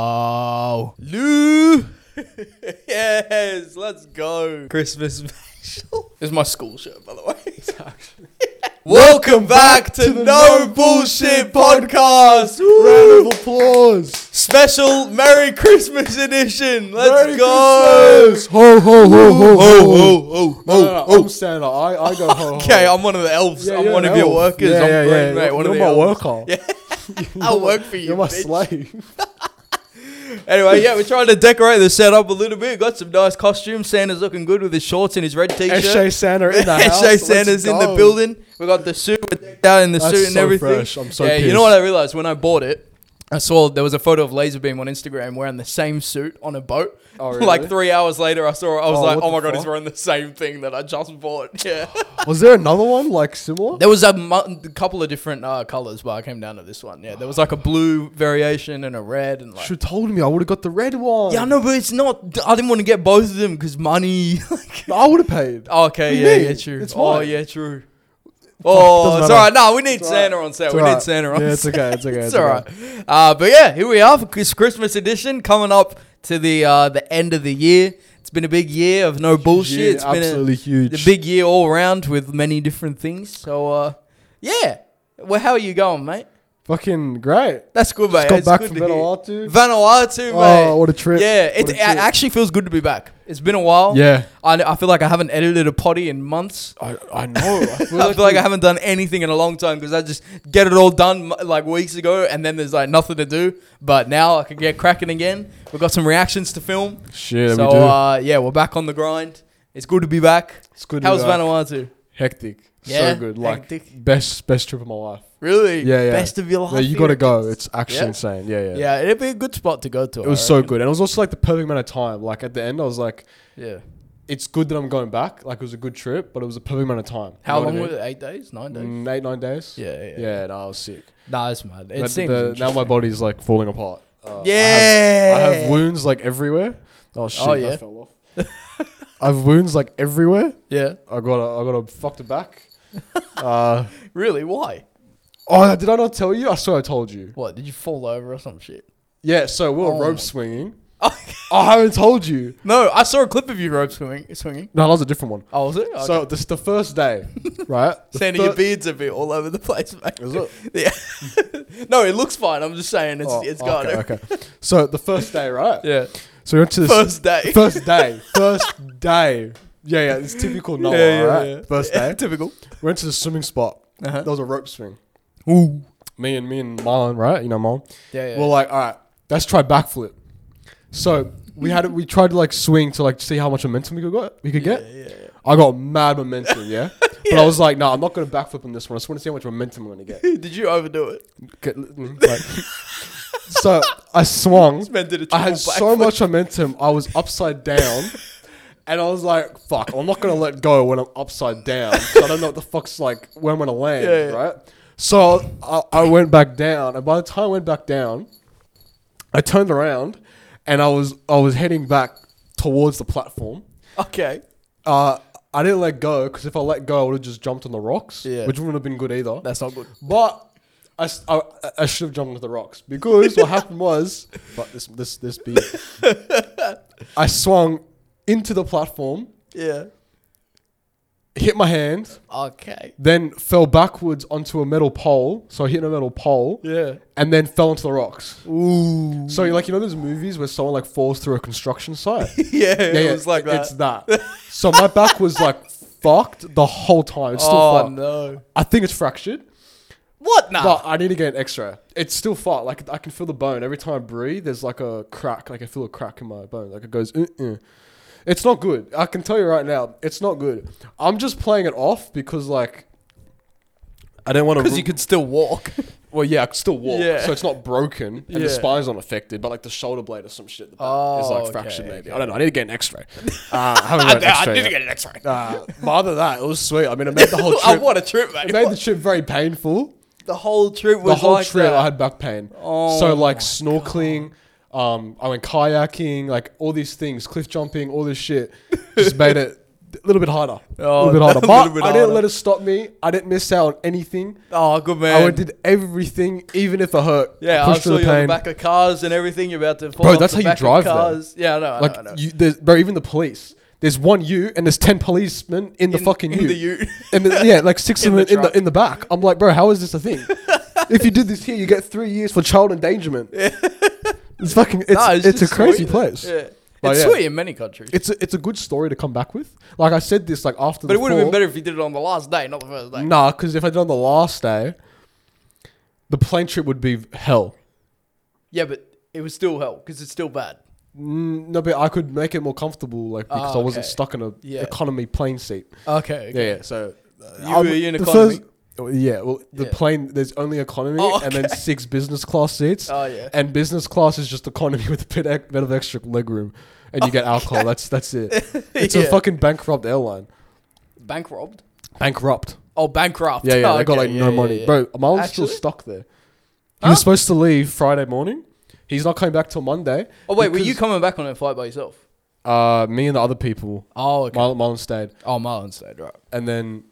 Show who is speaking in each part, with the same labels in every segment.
Speaker 1: Hello.
Speaker 2: Lou. yes, let's go.
Speaker 1: Christmas special.
Speaker 2: This is my school shirt, by the way. Welcome back to No Bullshit Podcast.
Speaker 1: Round
Speaker 2: Woo!
Speaker 1: of applause.
Speaker 2: Special Merry Christmas edition. Let's
Speaker 1: Merry
Speaker 2: go.
Speaker 1: Christmas. Ho ho ho ho ho.
Speaker 2: oh,
Speaker 1: No, no, no, I'm Santa. I, I go ho, ho.
Speaker 2: Okay, I'm one of the elves.
Speaker 1: Yeah,
Speaker 2: I'm
Speaker 1: you're
Speaker 2: one
Speaker 1: an
Speaker 2: of your
Speaker 1: elf.
Speaker 2: workers.
Speaker 1: Yeah,
Speaker 2: I'm
Speaker 1: yeah,
Speaker 2: great,
Speaker 1: yeah.
Speaker 2: mate. One
Speaker 1: You're
Speaker 2: of
Speaker 1: my
Speaker 2: the elves.
Speaker 1: worker.
Speaker 2: I'll work for you.
Speaker 1: You're my
Speaker 2: bitch.
Speaker 1: slave.
Speaker 2: Anyway, yeah, we're trying to decorate the setup a little bit. Got some nice costumes. Santa's looking good with his shorts and his red t-shirt.
Speaker 1: SJ Santa in the house.
Speaker 2: Shay
Speaker 1: Let's
Speaker 2: Santa's in the
Speaker 1: go.
Speaker 2: building. We got the suit we're decked out in the
Speaker 1: That's
Speaker 2: suit and
Speaker 1: so
Speaker 2: everything.
Speaker 1: fresh. I'm so
Speaker 2: yeah, you
Speaker 1: pissed.
Speaker 2: know what I realized when I bought it? I saw there was a photo of Laserbeam on Instagram wearing the same suit on a boat.
Speaker 1: Oh,
Speaker 2: Like
Speaker 1: really?
Speaker 2: three hours later, I saw. it. I was
Speaker 1: Oh,
Speaker 2: like,
Speaker 1: what
Speaker 2: "Oh my
Speaker 1: the
Speaker 2: god, he's
Speaker 1: fuck?
Speaker 2: wearing the same thing that I just bought." Yeah,
Speaker 1: Was there another one like similar?
Speaker 2: there was a mu- couple of different uh, colors, but I came down to this one. Yeah, there was like a blue variation and a red, and like
Speaker 1: Should have told me. I would have got the red one.
Speaker 2: yeah, no, but it's not. I didn't want to get both of them because money.
Speaker 1: I would have paid.
Speaker 2: Okay,
Speaker 1: What do
Speaker 2: yeah,
Speaker 1: you
Speaker 2: yeah,
Speaker 1: mean?
Speaker 2: true.
Speaker 1: It's
Speaker 2: oh,
Speaker 1: mine.
Speaker 2: yeah, true. Oh,
Speaker 1: doesn't
Speaker 2: it's
Speaker 1: matter.
Speaker 2: all right. No, we need
Speaker 1: It's all
Speaker 2: Santa on set.
Speaker 1: It's
Speaker 2: We
Speaker 1: alright.
Speaker 2: need Santa on
Speaker 1: Yeah, it's
Speaker 2: set.
Speaker 1: okay. It's okay.
Speaker 2: It's all right. Uh, but yeah, here we are for this Christmas edition coming up to the uh, the end of the year. It's been a big year of no bullshit.
Speaker 1: Yeah,
Speaker 2: it's been a,
Speaker 1: absolutely huge.
Speaker 2: a big year all around with many different things. So uh, yeah, well, how are you going, mate?
Speaker 1: Fucking great.
Speaker 2: That's good,
Speaker 1: Just
Speaker 2: mate.
Speaker 1: got
Speaker 2: It's
Speaker 1: back
Speaker 2: good
Speaker 1: from
Speaker 2: to hear.
Speaker 1: Vanuatu.
Speaker 2: Vanuatu, mate.
Speaker 1: Oh, what a trip.
Speaker 2: yeah, it,
Speaker 1: What a
Speaker 2: it
Speaker 1: trip.
Speaker 2: actually feels good to be back. It's been a while.
Speaker 1: Yeah.
Speaker 2: I, I feel like I haven't edited a potty in months.
Speaker 1: I, I know. I feel
Speaker 2: I
Speaker 1: like
Speaker 2: feel like I haven't done anything in a long time because I just get it all done m- like weeks ago, and then there's like nothing to do. But now I can get cracking again. We've got some reactions to film,
Speaker 1: shit.
Speaker 2: so uh, yeah, we're back on the grind. It's good to be back.
Speaker 1: it's good.
Speaker 2: How's
Speaker 1: Vanuatu?
Speaker 2: Vanuatu?
Speaker 1: Hectic.
Speaker 2: Yeah,
Speaker 1: so good. Like
Speaker 2: hectic.
Speaker 1: best best trip of my life.
Speaker 2: Really?
Speaker 1: Yeah, yeah.
Speaker 2: Best of your life.
Speaker 1: Yeah, you got to
Speaker 2: here.
Speaker 1: go. It's actually
Speaker 2: Yeah?
Speaker 1: insane. Yeah, yeah.
Speaker 2: Yeah, it'd be a good spot to go to.
Speaker 1: It was so good, and it was also like the perfect amount of time. Like at the end, I was like,
Speaker 2: Yeah.
Speaker 1: "It's good that I'm going back. Like it was a good trip, but it was a perfect amount of time." You
Speaker 2: How
Speaker 1: know what
Speaker 2: long
Speaker 1: I
Speaker 2: was
Speaker 1: mean?
Speaker 2: it? Eight days? Nine days?
Speaker 1: Mm, eight nine days.
Speaker 2: Yeah, yeah. yeah.
Speaker 1: Yeah, no, I was sick.
Speaker 2: Nah, it's mad. It
Speaker 1: But
Speaker 2: seems.
Speaker 1: the- now my
Speaker 2: interesting.
Speaker 1: body's like falling apart. Uh, I have, I
Speaker 2: Yeah.
Speaker 1: have wounds like everywhere. Oh shit!
Speaker 2: yeah.
Speaker 1: I fell off. I have wounds like everywhere.
Speaker 2: Yeah.
Speaker 1: I got a, I got a fucked back. uh,
Speaker 2: Really? Why?
Speaker 1: oh, did I not tell you? I swear I told you.
Speaker 2: What? Did you fall over or some shit?
Speaker 1: Yeah, so we were
Speaker 2: Oh my-
Speaker 1: rope swinging.
Speaker 2: Oh,
Speaker 1: I haven't told you.
Speaker 2: No, I saw a clip of you rope swinging. Swinging.
Speaker 1: No, that was a different one.
Speaker 2: Oh, was it? Okay.
Speaker 1: So this the first day, right? The
Speaker 2: Sandy, your
Speaker 1: fir-
Speaker 2: beard's a bit all over the place, mate.
Speaker 1: Is it?
Speaker 2: Yeah. no, it looks fine. I'm just saying it's
Speaker 1: Oh,
Speaker 2: it's got
Speaker 1: okay,
Speaker 2: it.
Speaker 1: okay. So the first day, right?
Speaker 2: Yeah.
Speaker 1: So we went to this
Speaker 2: First day.
Speaker 1: first day, first day. Yeah, yeah. It's typical Noah,
Speaker 2: Yeah, yeah,
Speaker 1: right?
Speaker 2: yeah.
Speaker 1: First day.
Speaker 2: Typical.
Speaker 1: We went to the swimming spot.
Speaker 2: Uh-huh.
Speaker 1: There was a rope swing.
Speaker 2: Ooh.
Speaker 1: Me and me and Marlon, right? You know Marlon.
Speaker 2: Yeah. yeah.
Speaker 1: We're like, all right, let's try backflip. So we had we tried to like swing to like see how much momentum we could get. We could
Speaker 2: yeah,
Speaker 1: get.
Speaker 2: yeah, yeah.
Speaker 1: I got mad momentum, yeah. But I was like, no, I'm not gonna backflip on this one. I just want to see how much momentum I'm gonna get.
Speaker 2: Did you overdo it?
Speaker 1: Get- like- so I swung.
Speaker 2: This man did a
Speaker 1: I
Speaker 2: triple
Speaker 1: had
Speaker 2: back
Speaker 1: so much momentum. I was upside down, and I was like, "Fuck! I'm not gonna let go when I'm upside down. So I don't know what the fuck's like where I'm gonna land,
Speaker 2: Yeah, yeah.
Speaker 1: right?" So I, I went back down, and by the time I went back down, I turned around, and I was I was heading back towards the platform.
Speaker 2: Okay.
Speaker 1: Uh, I didn't let go because if I let go, I would have just jumped on the rocks,
Speaker 2: Yeah.
Speaker 1: which wouldn't have been good either.
Speaker 2: That's not good.
Speaker 1: But I, s- I, I should have jumped into the rocks because what happened was, but this this this beat, I swung into the platform,
Speaker 2: Yeah.
Speaker 1: hit my hand,
Speaker 2: Okay.
Speaker 1: then fell backwards onto a metal pole. So I hit a metal pole,
Speaker 2: Yeah.
Speaker 1: and then fell into the rocks.
Speaker 2: Ooh.
Speaker 1: So like you know those movies where someone like falls through a construction site.
Speaker 2: yeah, it was like that.
Speaker 1: It's that. so my back was like fucked the whole time. It's still
Speaker 2: oh
Speaker 1: fucked.
Speaker 2: no.
Speaker 1: I think it's fractured.
Speaker 2: What now?
Speaker 1: But I need to get an X-ray. It's still far. Like I can feel the bone every time I breathe. There's like a crack. Like I feel a crack in my bone. Like it goes. Uh-uh. It's not good. I can tell you right now. It's not good. I'm just playing it off because like I don't want to.
Speaker 2: Because you could still walk.
Speaker 1: Well, yeah, I can still walk.
Speaker 2: Yeah.
Speaker 1: So it's not broken and
Speaker 2: Yeah.
Speaker 1: the spine's not affected. But like the shoulder blade or some shit. The back is
Speaker 2: Oh,
Speaker 1: like
Speaker 2: okay,
Speaker 1: fractured maybe.
Speaker 2: okay.
Speaker 1: I don't know. I need to get an X-ray. Uh, I haven't got an X-ray. yet.
Speaker 2: an X-ray.
Speaker 1: Uh, but other than that, it was sweet. I mean, it made the whole
Speaker 2: Oh,
Speaker 1: trip.
Speaker 2: what a trip, mate.
Speaker 1: It made the trip very painful
Speaker 2: the whole trip was
Speaker 1: the whole
Speaker 2: like
Speaker 1: trip
Speaker 2: that.
Speaker 1: I had back pain.
Speaker 2: Oh
Speaker 1: so like snorkeling, um, I went kayaking, like all these things, cliff jumping, all this shit, just made it a little bit harder.
Speaker 2: Oh,
Speaker 1: a little bit harder.
Speaker 2: a
Speaker 1: But
Speaker 2: little bit
Speaker 1: I didn't
Speaker 2: harder.
Speaker 1: let it stop me. I didn't miss out on anything.
Speaker 2: Oh, good
Speaker 1: I
Speaker 2: man.
Speaker 1: went- did everything, even if I hurt.
Speaker 2: yeah, I
Speaker 1: pushed
Speaker 2: saw
Speaker 1: through
Speaker 2: you
Speaker 1: the
Speaker 2: on the
Speaker 1: pain.
Speaker 2: back of cars and everything. You're about to fall
Speaker 1: Bro,
Speaker 2: off
Speaker 1: that's
Speaker 2: the
Speaker 1: how you
Speaker 2: back of
Speaker 1: drive, though.
Speaker 2: cars. Yeah, I know. I know, I know.
Speaker 1: Like, you, there's, bro, even the police. There's one you and there's ten policemen in the
Speaker 2: In-
Speaker 1: fucking
Speaker 2: in
Speaker 1: you.
Speaker 2: the U.
Speaker 1: and the, yeah, like six of
Speaker 2: In the
Speaker 1: them in
Speaker 2: truck.
Speaker 1: the in the back. I'm like, bro, how is this a thing? if you did this here, you get three years for child endangerment. it's fucking. It's,
Speaker 2: Nah,
Speaker 1: it's, a
Speaker 2: just
Speaker 1: crazy
Speaker 2: sweet.
Speaker 1: place.
Speaker 2: Yeah.
Speaker 1: But
Speaker 2: it's
Speaker 1: yeah.
Speaker 2: sweet in many countries.
Speaker 1: It's a, it's a good story to come back with. Like I said this like after
Speaker 2: but
Speaker 1: the
Speaker 2: it would have been
Speaker 1: fall.
Speaker 2: better if you did it on the last day, not the first day.
Speaker 1: Nah, because if I did it on the last day, the plane trip would be hell.
Speaker 2: Yeah, but it was still hell because it's still bad.
Speaker 1: Mm, no, but I could make it more comfortable, like because
Speaker 2: Ah,
Speaker 1: I wasn't
Speaker 2: okay.
Speaker 1: stuck in a
Speaker 2: Yeah.
Speaker 1: economy plane seat.
Speaker 2: Okay. uh,
Speaker 1: Yeah, yeah. So
Speaker 2: You
Speaker 1: I'm-
Speaker 2: were in
Speaker 1: the
Speaker 2: economy?
Speaker 1: first- oh, yeah, well, the
Speaker 2: Yeah.
Speaker 1: plane there's only economy
Speaker 2: Oh,
Speaker 1: and then
Speaker 2: okay.
Speaker 1: six business class seats,
Speaker 2: Oh yeah.
Speaker 1: and business class is just economy with a bit, ex- bit of extra legroom, and you get alcohol. That's that's it. It's a
Speaker 2: Yeah.
Speaker 1: fucking bankrupt airline.
Speaker 2: bank robbed.
Speaker 1: Bankrupt.
Speaker 2: Oh, bankrupt.
Speaker 1: Yeah, yeah.
Speaker 2: Oh,
Speaker 1: they got
Speaker 2: okay,
Speaker 1: like
Speaker 2: yeah,
Speaker 1: no
Speaker 2: yeah,
Speaker 1: money,
Speaker 2: yeah.
Speaker 1: bro. Miles was still
Speaker 2: Actually?
Speaker 1: stuck there. He
Speaker 2: Huh?
Speaker 1: was supposed to leave Friday morning. He's not coming back till Monday.
Speaker 2: Oh wait, were you
Speaker 1: because,
Speaker 2: coming back on that flight by yourself?
Speaker 1: Uh, me and the other people,
Speaker 2: Oh, okay.
Speaker 1: Marlon, Marlon stayed,
Speaker 2: oh, Marlon stayed right.
Speaker 1: and then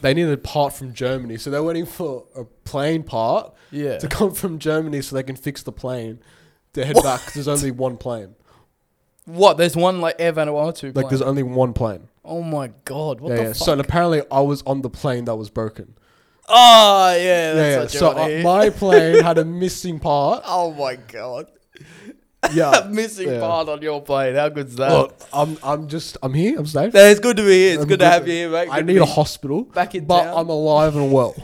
Speaker 1: they needed a part from Germany, so they're waiting for a plane part
Speaker 2: Yeah.
Speaker 1: to come from Germany so they can fix the plane to head back. 'cause there's only one plane.
Speaker 2: What? There's one like Air Vanuatu.
Speaker 1: Like
Speaker 2: plane.
Speaker 1: there's only one plane.
Speaker 2: Oh my god! What
Speaker 1: yeah,
Speaker 2: the
Speaker 1: yeah.
Speaker 2: fuck?
Speaker 1: So and apparently I was on the plane that was broken.
Speaker 2: oh yeah,
Speaker 1: Yeah, yeah.
Speaker 2: that's
Speaker 1: So
Speaker 2: what you
Speaker 1: uh,
Speaker 2: want
Speaker 1: my plane had a missing part.
Speaker 2: Oh my god!
Speaker 1: Yeah.
Speaker 2: Missing
Speaker 1: Yeah.
Speaker 2: part on your plane. How good's that?
Speaker 1: Look, I'm I'm just I'm here. I'm safe.
Speaker 2: That is good to be here. It's
Speaker 1: I'm
Speaker 2: good, to have you here, mate.
Speaker 1: I
Speaker 2: Good to
Speaker 1: need a
Speaker 2: be-
Speaker 1: hospital,
Speaker 2: back in
Speaker 1: but
Speaker 2: town.
Speaker 1: I'm alive and well.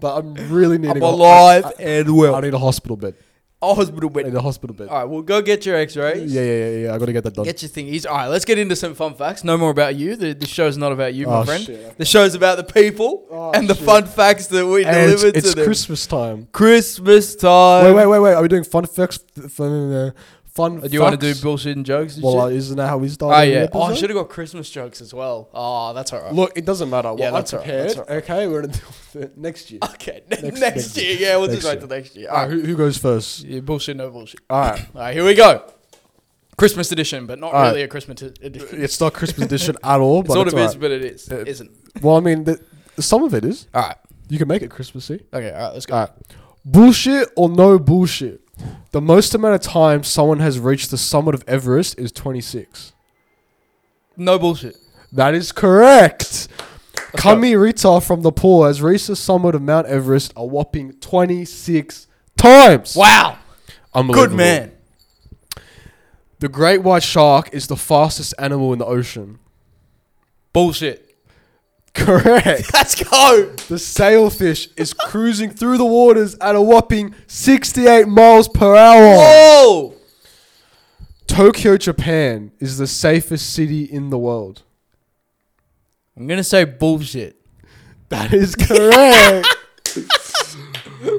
Speaker 1: but I'm really needing.
Speaker 2: I'm
Speaker 1: a-
Speaker 2: alive
Speaker 1: I- I-
Speaker 2: and
Speaker 1: I
Speaker 2: well.
Speaker 1: need a hospital bed.
Speaker 2: A hospital
Speaker 1: I
Speaker 2: bed.
Speaker 1: need a hospital bed.
Speaker 2: All right, well, go get your X-rays.
Speaker 1: Yeah, yeah, yeah, yeah. I got to get that done.
Speaker 2: Get your thingies. All right, let's get into some fun facts. No more about you. The, the show's not about you, my
Speaker 1: Oh,
Speaker 2: friend.
Speaker 1: shit.
Speaker 2: The show's about the people
Speaker 1: Oh,
Speaker 2: and the
Speaker 1: shit.
Speaker 2: fun facts that we
Speaker 1: And it's
Speaker 2: delivered
Speaker 1: it's
Speaker 2: to them. Um,
Speaker 1: Christmas time.
Speaker 2: Christmas time.
Speaker 1: Wait, wait, wait, wait. Are we doing fun facts? Fun, uh, fun.
Speaker 2: Oh, Do you want to do
Speaker 1: facts?
Speaker 2: bullshit and jokes? And
Speaker 1: Well, uh,
Speaker 2: shit?
Speaker 1: isn't that how we start?
Speaker 2: oh
Speaker 1: every
Speaker 2: yeah. Oh, I
Speaker 1: episode?
Speaker 2: should have got Christmas jokes as well. Oh, that's alright.
Speaker 1: Look, it doesn't matter.
Speaker 2: Yeah,
Speaker 1: well, I'm
Speaker 2: that's all right, that's
Speaker 1: prepared. Okay, we're gonna deal with it next year.
Speaker 2: Okay, next,
Speaker 1: Next- next
Speaker 2: year. Yeah, we'll just
Speaker 1: Next
Speaker 2: wait
Speaker 1: year.
Speaker 2: till next year.
Speaker 1: All right,
Speaker 2: All right.
Speaker 1: who, who goes first?
Speaker 2: Yeah, bullshit, no bullshit.
Speaker 1: All right,
Speaker 2: All right, here we go. Christmas edition, but not
Speaker 1: All right.
Speaker 2: really a Christmas t- edition.
Speaker 1: it's not Christmas edition at all.
Speaker 2: It
Speaker 1: but
Speaker 2: sort
Speaker 1: it's
Speaker 2: of is,
Speaker 1: all right.
Speaker 2: but it is.
Speaker 1: It-
Speaker 2: It isn't.
Speaker 1: Well, I mean, th- some of it is.
Speaker 2: All right.
Speaker 1: You can make it Christmassy.
Speaker 2: Okay, all right, let's go.
Speaker 1: All right. Bullshit or no bullshit? The most amount of time someone has reached the summit of Everest is 26.
Speaker 2: No bullshit.
Speaker 1: That is correct. Kami Rita from Nepal has reached the summit of Mount Everest a whopping 26 times.
Speaker 2: Wow.
Speaker 1: Unbelievable.
Speaker 2: Good man.
Speaker 1: The great white shark is the fastest animal in the ocean.
Speaker 2: Bullshit.
Speaker 1: Correct.
Speaker 2: Let's go.
Speaker 1: the sailfish is cruising through the waters at a whopping 68 miles per hour.
Speaker 2: Whoa.
Speaker 1: Tokyo, Japan is the safest city in the world.
Speaker 2: I'm going to say bullshit.
Speaker 1: That is correct.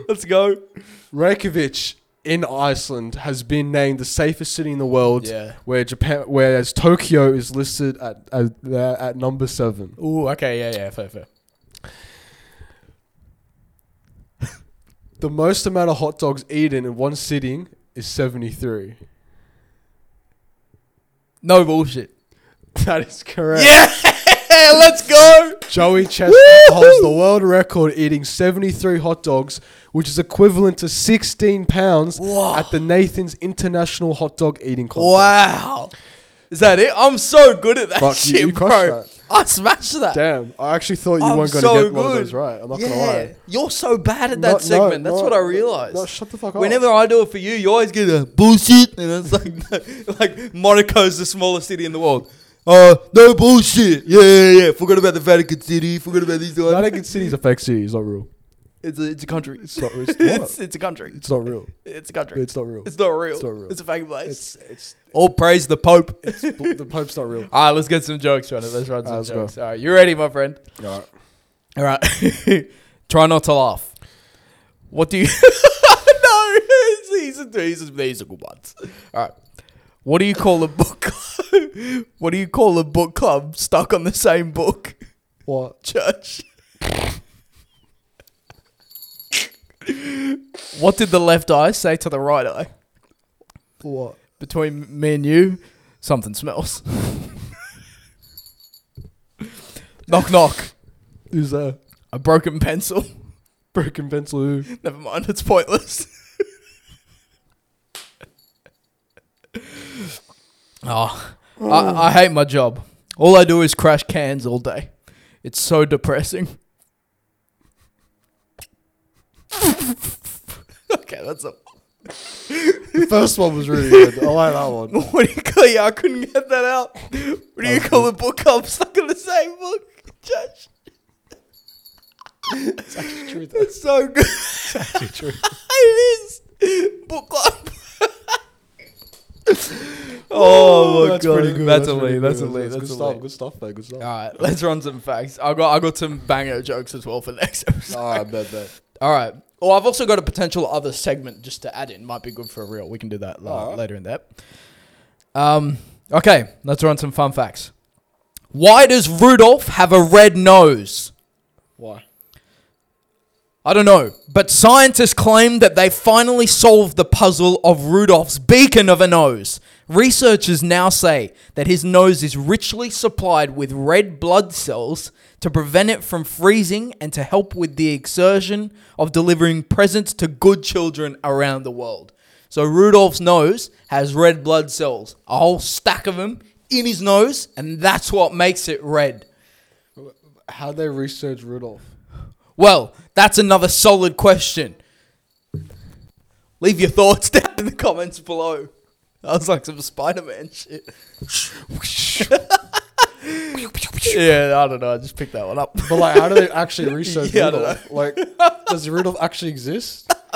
Speaker 2: Let's go.
Speaker 1: Reykjavik in Iceland has been named the safest city in the world.
Speaker 2: Yeah.
Speaker 1: Where Japan, whereas Tokyo is listed at at, uh, at number seven.
Speaker 2: Ooh, okay, yeah, yeah, fair, fair.
Speaker 1: The most amount of hot dogs eaten in one sitting is seventy three.
Speaker 2: No bullshit.
Speaker 1: That is correct.
Speaker 2: Yeah, let's go.
Speaker 1: Joey Chestnut holds the world record eating seventy three hot dogs, which is equivalent to sixteen pounds
Speaker 2: Whoa.
Speaker 1: at the Nathan's International Hot Dog Eating Contest.
Speaker 2: Wow. Is that it? I'm so good at that
Speaker 1: Fuck, you-
Speaker 2: shit,
Speaker 1: you
Speaker 2: bro.
Speaker 1: crushed that.
Speaker 2: I smashed that.
Speaker 1: Damn, I actually thought you
Speaker 2: I'm
Speaker 1: weren't going to
Speaker 2: so
Speaker 1: get one of
Speaker 2: good.
Speaker 1: those right. I'm not
Speaker 2: yeah.
Speaker 1: going to lie.
Speaker 2: You're so bad at that
Speaker 1: No, no,
Speaker 2: segment. That's
Speaker 1: no,
Speaker 2: what I
Speaker 1: no,
Speaker 2: realized.
Speaker 1: no, shut the fuck up.
Speaker 2: Whenever I do it for you, you always get a bullshit, and it's like like Monaco's the smallest city in the world. Uh, no bullshit. Yeah, yeah, yeah. Forgot about the Vatican City. Forgot about these ones.
Speaker 1: Vatican City's a fake city. It's not real.
Speaker 2: It's a, it's a country.
Speaker 1: It's not. It's
Speaker 2: It's,
Speaker 1: not,
Speaker 2: it's a country.
Speaker 1: it's not real.
Speaker 2: It's a country.
Speaker 1: It's not real.
Speaker 2: It's not real.
Speaker 1: It's not real.
Speaker 2: It's a fake place.
Speaker 1: It's it's,
Speaker 2: All praise the Pope.
Speaker 1: it's bu- the Pope's not real.
Speaker 2: All right, let's get some jokes on it. Let's run some
Speaker 1: Alright, let's go.
Speaker 2: jokes. All right, you ready, my friend?
Speaker 1: Alright.
Speaker 2: All right. Try not to laugh. What do you. no, these are, these, are, these are good ones. All right. What do you call a book club? what do you call a book club stuck on the same book?
Speaker 1: What?
Speaker 2: Church. what did the left eye say to the right eye?
Speaker 1: What?
Speaker 2: Between me and you, something smells. Knock knock.
Speaker 1: Who's that?
Speaker 2: A broken pencil.
Speaker 1: Broken pencil. who?
Speaker 2: Never mind, it's pointless. oh, I, I hate my job. All I do is crash cans all day. It's so depressing. okay, that's a.
Speaker 1: The first one was really good. I like that one.
Speaker 2: What do you call yeah, I couldn't get that out. What do you call a book I'm stuck in the same book? Judge.
Speaker 1: It's actually true. Though.
Speaker 2: It's so good.
Speaker 1: It's actually true.
Speaker 2: it is. Book club. oh my
Speaker 1: that's
Speaker 2: god,
Speaker 1: pretty good.
Speaker 2: that's, a
Speaker 1: pretty
Speaker 2: lead. That's a
Speaker 1: good.
Speaker 2: lead.
Speaker 1: good
Speaker 2: That's, a
Speaker 1: stuff.
Speaker 2: lead.
Speaker 1: Good stuff, though. Good stuff.
Speaker 2: All right, let's run some facts. I got I got some banger jokes as well for next episode.
Speaker 1: All right, Ah, bet bet.
Speaker 2: All right. Well, I've also got a potential other segment just to add in. Might be good for a reel. We can do that la-
Speaker 1: All right.
Speaker 2: later in that. Um. Okay, let's run some fun facts. Why does Rudolph have a red nose?
Speaker 1: Why?
Speaker 2: I don't know, but scientists claim that they finally solved the puzzle of Rudolph's beacon of a nose. Researchers now say that his nose is richly supplied with red blood cells to prevent it from freezing and to help with the exertion of delivering presents to good children around the world. So Rudolph's nose has red blood cells, a whole stack of them in his nose, and that's what makes it red.
Speaker 1: How they research Rudolph?
Speaker 2: Well, that's another solid question. Leave your thoughts down in the comments below. That was like some Spider Man shit. yeah, I don't know. I just picked that one up.
Speaker 1: But like, how do they actually research
Speaker 2: Yeah, I don't
Speaker 1: Rudolph? Like, does Rudolph actually exist?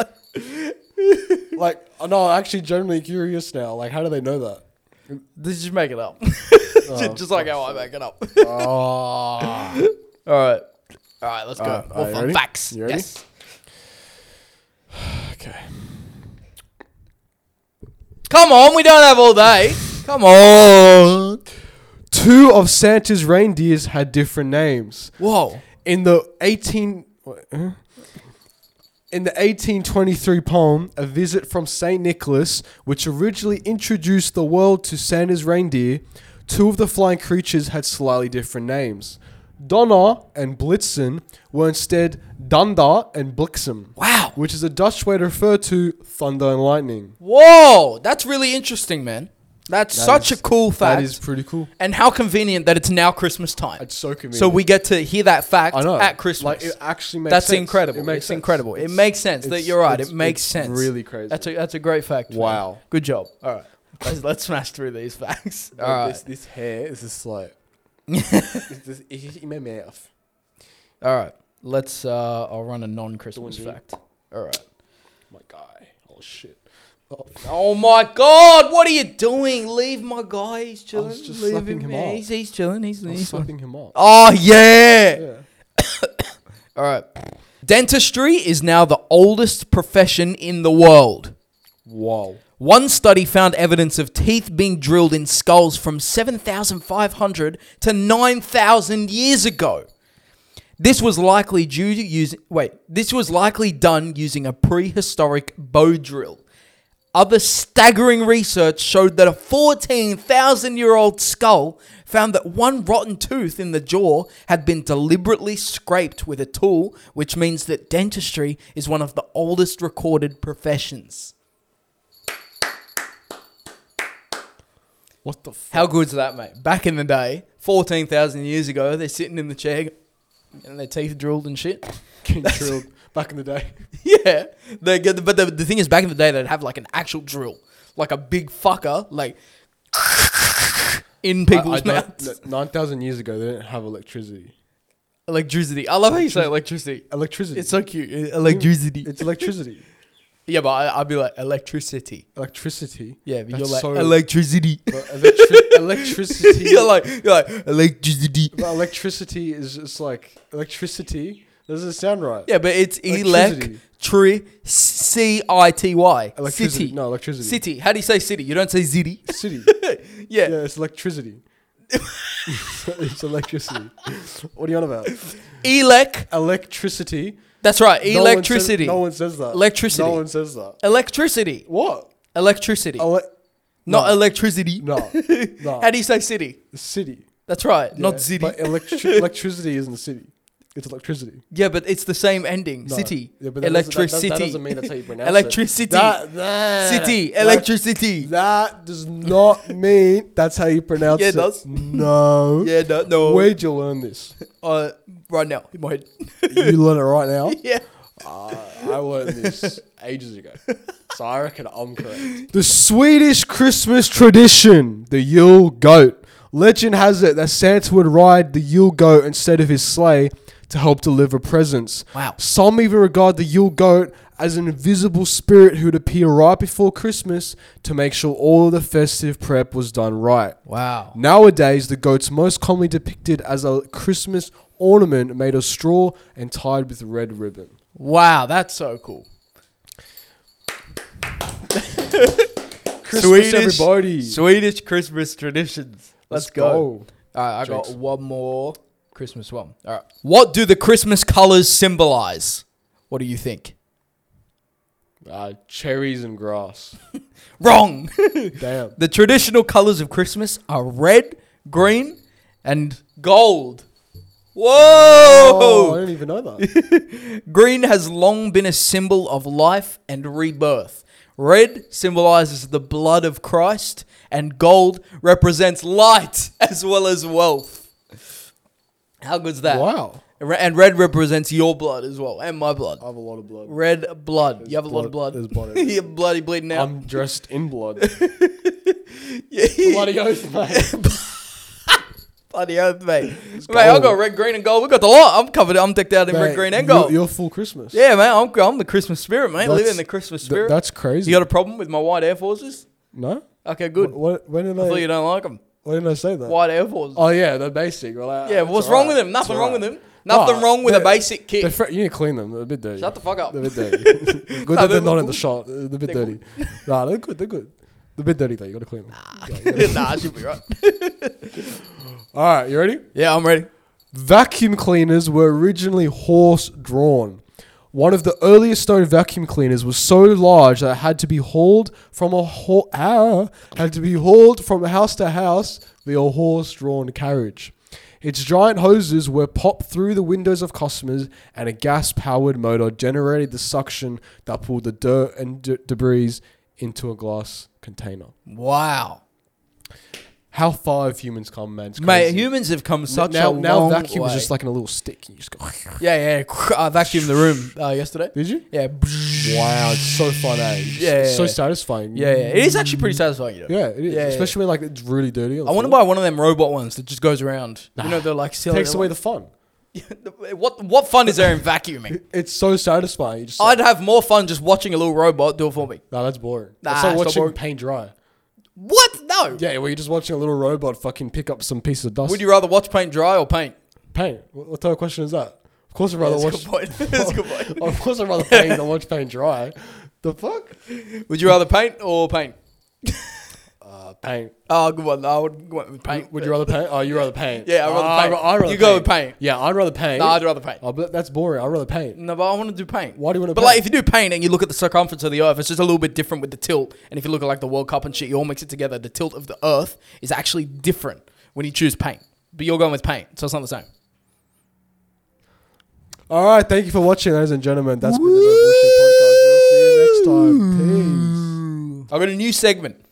Speaker 1: like, oh, no, I'm actually genuinely curious now. Like, how do they know that?
Speaker 2: Let's just make it up.
Speaker 1: Oh,
Speaker 2: just like how I make it up.
Speaker 1: Oh.
Speaker 2: All right. All right, let's go.
Speaker 1: All right,
Speaker 2: More
Speaker 1: you
Speaker 2: fun
Speaker 1: ready?
Speaker 2: facts.
Speaker 1: You ready?
Speaker 2: Yes.
Speaker 1: okay.
Speaker 2: Come on, we don't have all day. Come on.
Speaker 1: Two of Santa's reindeers had different names.
Speaker 2: Whoa.
Speaker 1: In the 18 what, huh? in the 1823 poem A Visit from St. Nicholas, which originally introduced the world to Santa's reindeer, two of the flying creatures had slightly different names. Donner and Blitzen were instead Dunder and Blixem,
Speaker 2: Wow.
Speaker 1: which is a Dutch way to refer to thunder and lightning.
Speaker 2: Whoa. That's really interesting, man. That's
Speaker 1: That
Speaker 2: such
Speaker 1: is-
Speaker 2: a cool fact.
Speaker 1: That is pretty cool.
Speaker 2: And how convenient that it's now Christmas time.
Speaker 1: It's so convenient.
Speaker 2: so we get to hear that fact
Speaker 1: I know.
Speaker 2: at Christmas.
Speaker 1: Like, it actually makes
Speaker 2: that's
Speaker 1: sense.
Speaker 2: incredible.
Speaker 1: It makes
Speaker 2: it's
Speaker 1: sense.
Speaker 2: incredible. it
Speaker 1: It's-
Speaker 2: makes sense that
Speaker 1: it's-
Speaker 2: you're right. It
Speaker 1: it's-
Speaker 2: makes
Speaker 1: it's
Speaker 2: sense.
Speaker 1: Really crazy.
Speaker 2: That's a that's a great fact. man.
Speaker 1: Wow.
Speaker 2: Good job. All right. Let's, let's smash through these facts. All right.
Speaker 1: this, this hair is just like. it's just it's in my mouth.
Speaker 2: All right. Let's uh I'll run a non-Christmas
Speaker 1: Doing deep.
Speaker 2: fact. All right.
Speaker 1: My guy. Oh, shit. Oh,
Speaker 2: Oh my god, what are you doing? Leave my guy. He's chilling.
Speaker 1: was just
Speaker 2: Leave
Speaker 1: slapping him
Speaker 2: man.
Speaker 1: up.
Speaker 2: He's, he's chilling. He's,
Speaker 1: I'm
Speaker 2: he's
Speaker 1: slapping him up.
Speaker 2: Oh yeah.
Speaker 1: Yeah.
Speaker 2: All right. Dentistry is now the oldest profession in the world.
Speaker 1: Wow.
Speaker 2: One study found evidence of teeth being drilled in skulls from 7,500 to 9,000 years ago. This was likely due to using wait, this was likely done using a prehistoric bow drill. Other staggering research showed that a 14,000-year-old skull found that one rotten tooth in the jaw had been deliberately scraped with a tool, which means that dentistry is one of the oldest recorded professions.
Speaker 1: What the f-
Speaker 2: How good's that, mate? Back in the day, 14,000 years ago, they're sitting in the chair and their teeth drilled and shit.
Speaker 1: King drilled back in the day.
Speaker 2: yeah. They get but the, the thing is, back in the day, they'd have like an actual drill, like a big fucker, like in people's mouths.
Speaker 1: Nine thousand years ago, they didn't have electricity.
Speaker 2: Electricity. I love how you say electricity.
Speaker 1: Electricity.
Speaker 2: It's so cute. Uh, Electricity.
Speaker 1: It's electricity.
Speaker 2: yeah, but I, I'd be like, electricity.
Speaker 1: electricity.
Speaker 2: Yeah, but
Speaker 1: That's
Speaker 2: you're like,
Speaker 1: so-
Speaker 2: electricity.
Speaker 1: But electri- electricity.
Speaker 2: you're like, you're like, electricity.
Speaker 1: But electricity is just like electricity. Doesn't sound right.
Speaker 2: Yeah, but it's
Speaker 1: Electricity.
Speaker 2: electricity.
Speaker 1: Electricity.
Speaker 2: City.
Speaker 1: No, electricity.
Speaker 2: City. How do you say city? You don't say zitty.
Speaker 1: City.
Speaker 2: Yeah.
Speaker 1: Yeah, it's electricity. it's electricity. What are you on about?
Speaker 2: Elec.
Speaker 1: Electricity.
Speaker 2: That's right.
Speaker 1: No one
Speaker 2: Electricity.
Speaker 1: says- No one says, that.
Speaker 2: Electricity.
Speaker 1: No one says that.
Speaker 2: Electricity.
Speaker 1: What?
Speaker 2: Electricity.
Speaker 1: Ele-
Speaker 2: Not electricity.
Speaker 1: Oh, no. No.
Speaker 2: How do you say city?
Speaker 1: City.
Speaker 2: That's right.
Speaker 1: Yeah,
Speaker 2: Not city.
Speaker 1: But electri- electricity isn't a city. It's electricity.
Speaker 2: yeah, but it's the same ending.
Speaker 1: No.
Speaker 2: City.
Speaker 1: Yeah, but that doesn't- that-
Speaker 2: electricity.
Speaker 3: That, that doesn't mean that's how you pronounce
Speaker 2: electricity.
Speaker 1: That, that-
Speaker 2: City.
Speaker 1: that-
Speaker 2: Electricity.
Speaker 1: That does not mean that's how you pronounce
Speaker 2: Yeah, it
Speaker 1: it.
Speaker 2: does.
Speaker 1: No.
Speaker 2: Yeah, no, no.
Speaker 1: Where'd you learn this?
Speaker 2: Uh, right now in my head.
Speaker 1: You learn it right now.
Speaker 2: yeah.
Speaker 3: Uh, I learned this ages ago. So I reckon I'm correct.
Speaker 1: The Swedish Christmas tradition, the Yule goat. Legend has it that Santa would ride the Yule goat instead of his sleigh to help deliver presents.
Speaker 2: Wow.
Speaker 1: Some even regard the Yule goat as an invisible spirit who'd appear right before Christmas to make sure all the festive prep was done right.
Speaker 2: Wow.
Speaker 1: Nowadays, the goat's most commonly depicted as a Christmas ornament made of straw and tied with red ribbon.
Speaker 2: Wow, that's so cool.
Speaker 1: Christmas,
Speaker 2: Swedish-
Speaker 1: everybody.
Speaker 2: Swedish Christmas traditions. Let's, go. All right, I
Speaker 1: Jinx.
Speaker 2: got one more Christmas one. All right. What do the Christmas colors symbolize? What do you think?
Speaker 3: Uh, cherries and grass.
Speaker 2: Wrong.
Speaker 1: Damn.
Speaker 2: the traditional colors of Christmas are red, green, and gold.
Speaker 1: Oh, I
Speaker 2: Whoa!
Speaker 1: didn't even know that.
Speaker 2: Green has long been a symbol of life and rebirth. Red symbolizes the blood of Christ, and gold represents light as well as wealth. How good's that?
Speaker 1: wow.
Speaker 2: Re- And red represents your blood as well, and my blood.
Speaker 3: I have a lot of blood.
Speaker 2: Red blood. You have a lot of
Speaker 1: blood-
Speaker 2: blood.
Speaker 1: there's blood everywhere.
Speaker 2: You're bloody bleeding out.
Speaker 3: I'm dressed in blood.
Speaker 2: Yeah,
Speaker 3: Bloody oath, mate.
Speaker 2: bloody oath, mate. mate, I got
Speaker 1: gold.
Speaker 2: red, green, and gold. We got the lot. I'm covered. I'm decked out in red,
Speaker 1: Mate,
Speaker 2: green, and
Speaker 1: you're-
Speaker 2: gold.
Speaker 1: You're, full Christmas.
Speaker 2: yeah, man. I'm, I'm the Christmas spirit, mate. Living
Speaker 1: That's-
Speaker 2: the Christmas
Speaker 1: Th-
Speaker 2: spirit.
Speaker 1: that's crazy.
Speaker 2: you got a problem with my white Air Forces?
Speaker 1: no?
Speaker 2: Okay, good.
Speaker 1: What, when, did
Speaker 2: I thought
Speaker 1: I,
Speaker 2: you don't like them.
Speaker 1: when did I say that?
Speaker 2: White Air Forces.
Speaker 3: Oh, yeah, they're basic. Well, uh,
Speaker 2: yeah,
Speaker 3: it's
Speaker 2: what's
Speaker 3: all
Speaker 2: wrong
Speaker 3: right.
Speaker 2: with them?
Speaker 3: It's
Speaker 2: Nothing
Speaker 3: all
Speaker 2: wrong
Speaker 3: right.
Speaker 2: with them. Nothing
Speaker 1: Nah,
Speaker 2: wrong with a
Speaker 1: they're-
Speaker 2: basic
Speaker 1: They're
Speaker 2: kit.
Speaker 1: fre- you need to clean them. They're a bit dirty.
Speaker 2: Shut the fuck up.
Speaker 1: They're a bit dirty. good that
Speaker 2: they're
Speaker 1: they're not in
Speaker 2: cool.
Speaker 1: the shot. They're a bit
Speaker 2: They're
Speaker 1: dirty. Nah, they're good. They're good. They're a bit dirty, though. You got to clean them.
Speaker 2: nah, I should be right.
Speaker 1: All right, you ready?
Speaker 2: Yeah, I'm ready.
Speaker 1: Vacuum cleaners were originally horse drawn. One of the earliest known vacuum cleaners was so large that it had to be hauled from a ho- ah, had to be hauled from house to house via a horse drawn carriage. Its giant hoses were popped through the windows of customers, and a gas powered motor generated the suction that pulled the dirt and d- debris into a glass container.
Speaker 2: Wow.
Speaker 1: How far have humans come, man? It's
Speaker 2: Mate,
Speaker 1: crazy.
Speaker 2: humans have come such
Speaker 1: now,
Speaker 2: a long
Speaker 1: now vacuum
Speaker 2: way.
Speaker 1: is just like in a little stick. And you just go.
Speaker 2: Yeah, yeah. I vacuumed the room uh, yesterday.
Speaker 1: Did you?
Speaker 2: Yeah.
Speaker 1: Wow, it's so fun, eh?
Speaker 2: Yeah.
Speaker 1: It's so satisfying.
Speaker 2: Yeah, yeah. It is actually pretty satisfying, you know.
Speaker 1: Yeah, it is.
Speaker 2: Yeah, yeah.
Speaker 1: Especially when like it's really dirty.
Speaker 2: I want to buy one of them robot ones that just goes around. You know, they're like
Speaker 1: It
Speaker 2: silly.
Speaker 1: takes away the fun.
Speaker 2: what what fun is there in vacuuming?
Speaker 1: It's so satisfying. You just like,
Speaker 2: I'd have more fun just watching a little robot do it for me.
Speaker 1: nah, that's boring.
Speaker 2: Nah,
Speaker 1: that's like
Speaker 2: it's not
Speaker 1: watching
Speaker 2: boring.
Speaker 1: paint dry.
Speaker 2: What? No.
Speaker 1: Yeah, where you're just watching a little robot fucking pick up some piece of dust.
Speaker 2: Would you rather watch paint dry or paint?
Speaker 1: paint? What, what type of question is that? Of course, I'd rather
Speaker 2: That's a
Speaker 1: watch.
Speaker 2: good point. That's a good point.
Speaker 1: Of course, I'd rather paint than watch paint dry. The fuck?
Speaker 2: Would you rather paint or paint?
Speaker 1: Uh, paint.
Speaker 2: Oh, good one. I would go with paint.
Speaker 1: Would you rather paint? Oh, you rather paint.
Speaker 2: Yeah, I'd rather
Speaker 1: Ah,
Speaker 2: paint.
Speaker 1: I'd rather
Speaker 2: You go with paint.
Speaker 1: Yeah, I'd rather paint.
Speaker 2: No, I'd rather paint.
Speaker 1: Oh, but that's boring. I'd rather paint.
Speaker 2: No, but I want to do paint.
Speaker 1: Why do you want to?
Speaker 2: But like, if you do paint and you look at the circumference of the Earth, it's just a little bit different with the tilt. And if you look at like the World Cup and shit, you all mix it together. The tilt of the Earth is actually different when you choose paint. But you're going with paint, so it's not the same.
Speaker 1: All right, thank you for watching, ladies and gentlemen. That's been the No Bullshit Podcast. We'll see you next time. Peace.
Speaker 2: I've got a new segment.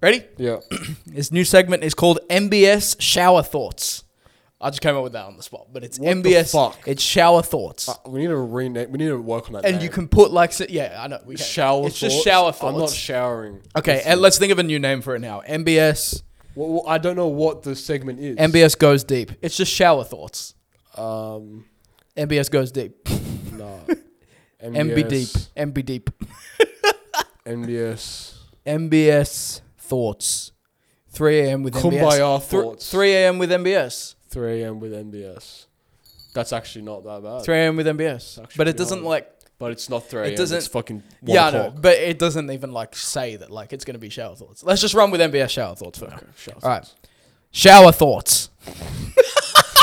Speaker 2: Ready?
Speaker 1: Yeah.
Speaker 2: This new segment is called MBS Shower Thoughts. I just came up with that on the spot, but it's
Speaker 1: What the
Speaker 2: MBS.
Speaker 1: fuck?
Speaker 2: It's shower thoughts.
Speaker 1: Uh, we need to rename. We need to work on that.
Speaker 2: and
Speaker 1: name.
Speaker 2: you can put like, s- yeah, I know. We can.
Speaker 1: shower.
Speaker 2: It's just
Speaker 1: thoughts.
Speaker 2: shower thoughts.
Speaker 1: I'm not showering.
Speaker 2: okay, and let's think of a new name for it now. MBS.
Speaker 1: Well, well, I don't know what the segment is.
Speaker 2: MBS goes deep. It's just shower thoughts.
Speaker 1: um.
Speaker 2: MBS goes deep.
Speaker 1: No. Mm,
Speaker 2: MB deep. MB deep.
Speaker 1: MBS.
Speaker 2: MBS thoughts. 3 a.m. with MBS.
Speaker 1: Kumbaya
Speaker 2: Thr-
Speaker 1: thoughts.
Speaker 2: 3 a.m. with MBS.
Speaker 1: 3 a.m. with MBS. That's actually not that bad.
Speaker 2: 3 a.m. with MBS.
Speaker 1: Uh, actually
Speaker 2: But it
Speaker 1: pretty
Speaker 2: doesn't
Speaker 1: hard.
Speaker 2: like.
Speaker 1: but it's not 3
Speaker 2: It
Speaker 1: a.m.
Speaker 2: doesn't-
Speaker 1: It's fucking. One
Speaker 2: Yeah, I know.
Speaker 1: o'clock.
Speaker 2: But it doesn't even like say that like it's going to be shower thoughts. Let's just run with MBS shower thoughts first.
Speaker 1: Okay, shower
Speaker 2: All right.
Speaker 1: thoughts.
Speaker 2: Shower thoughts.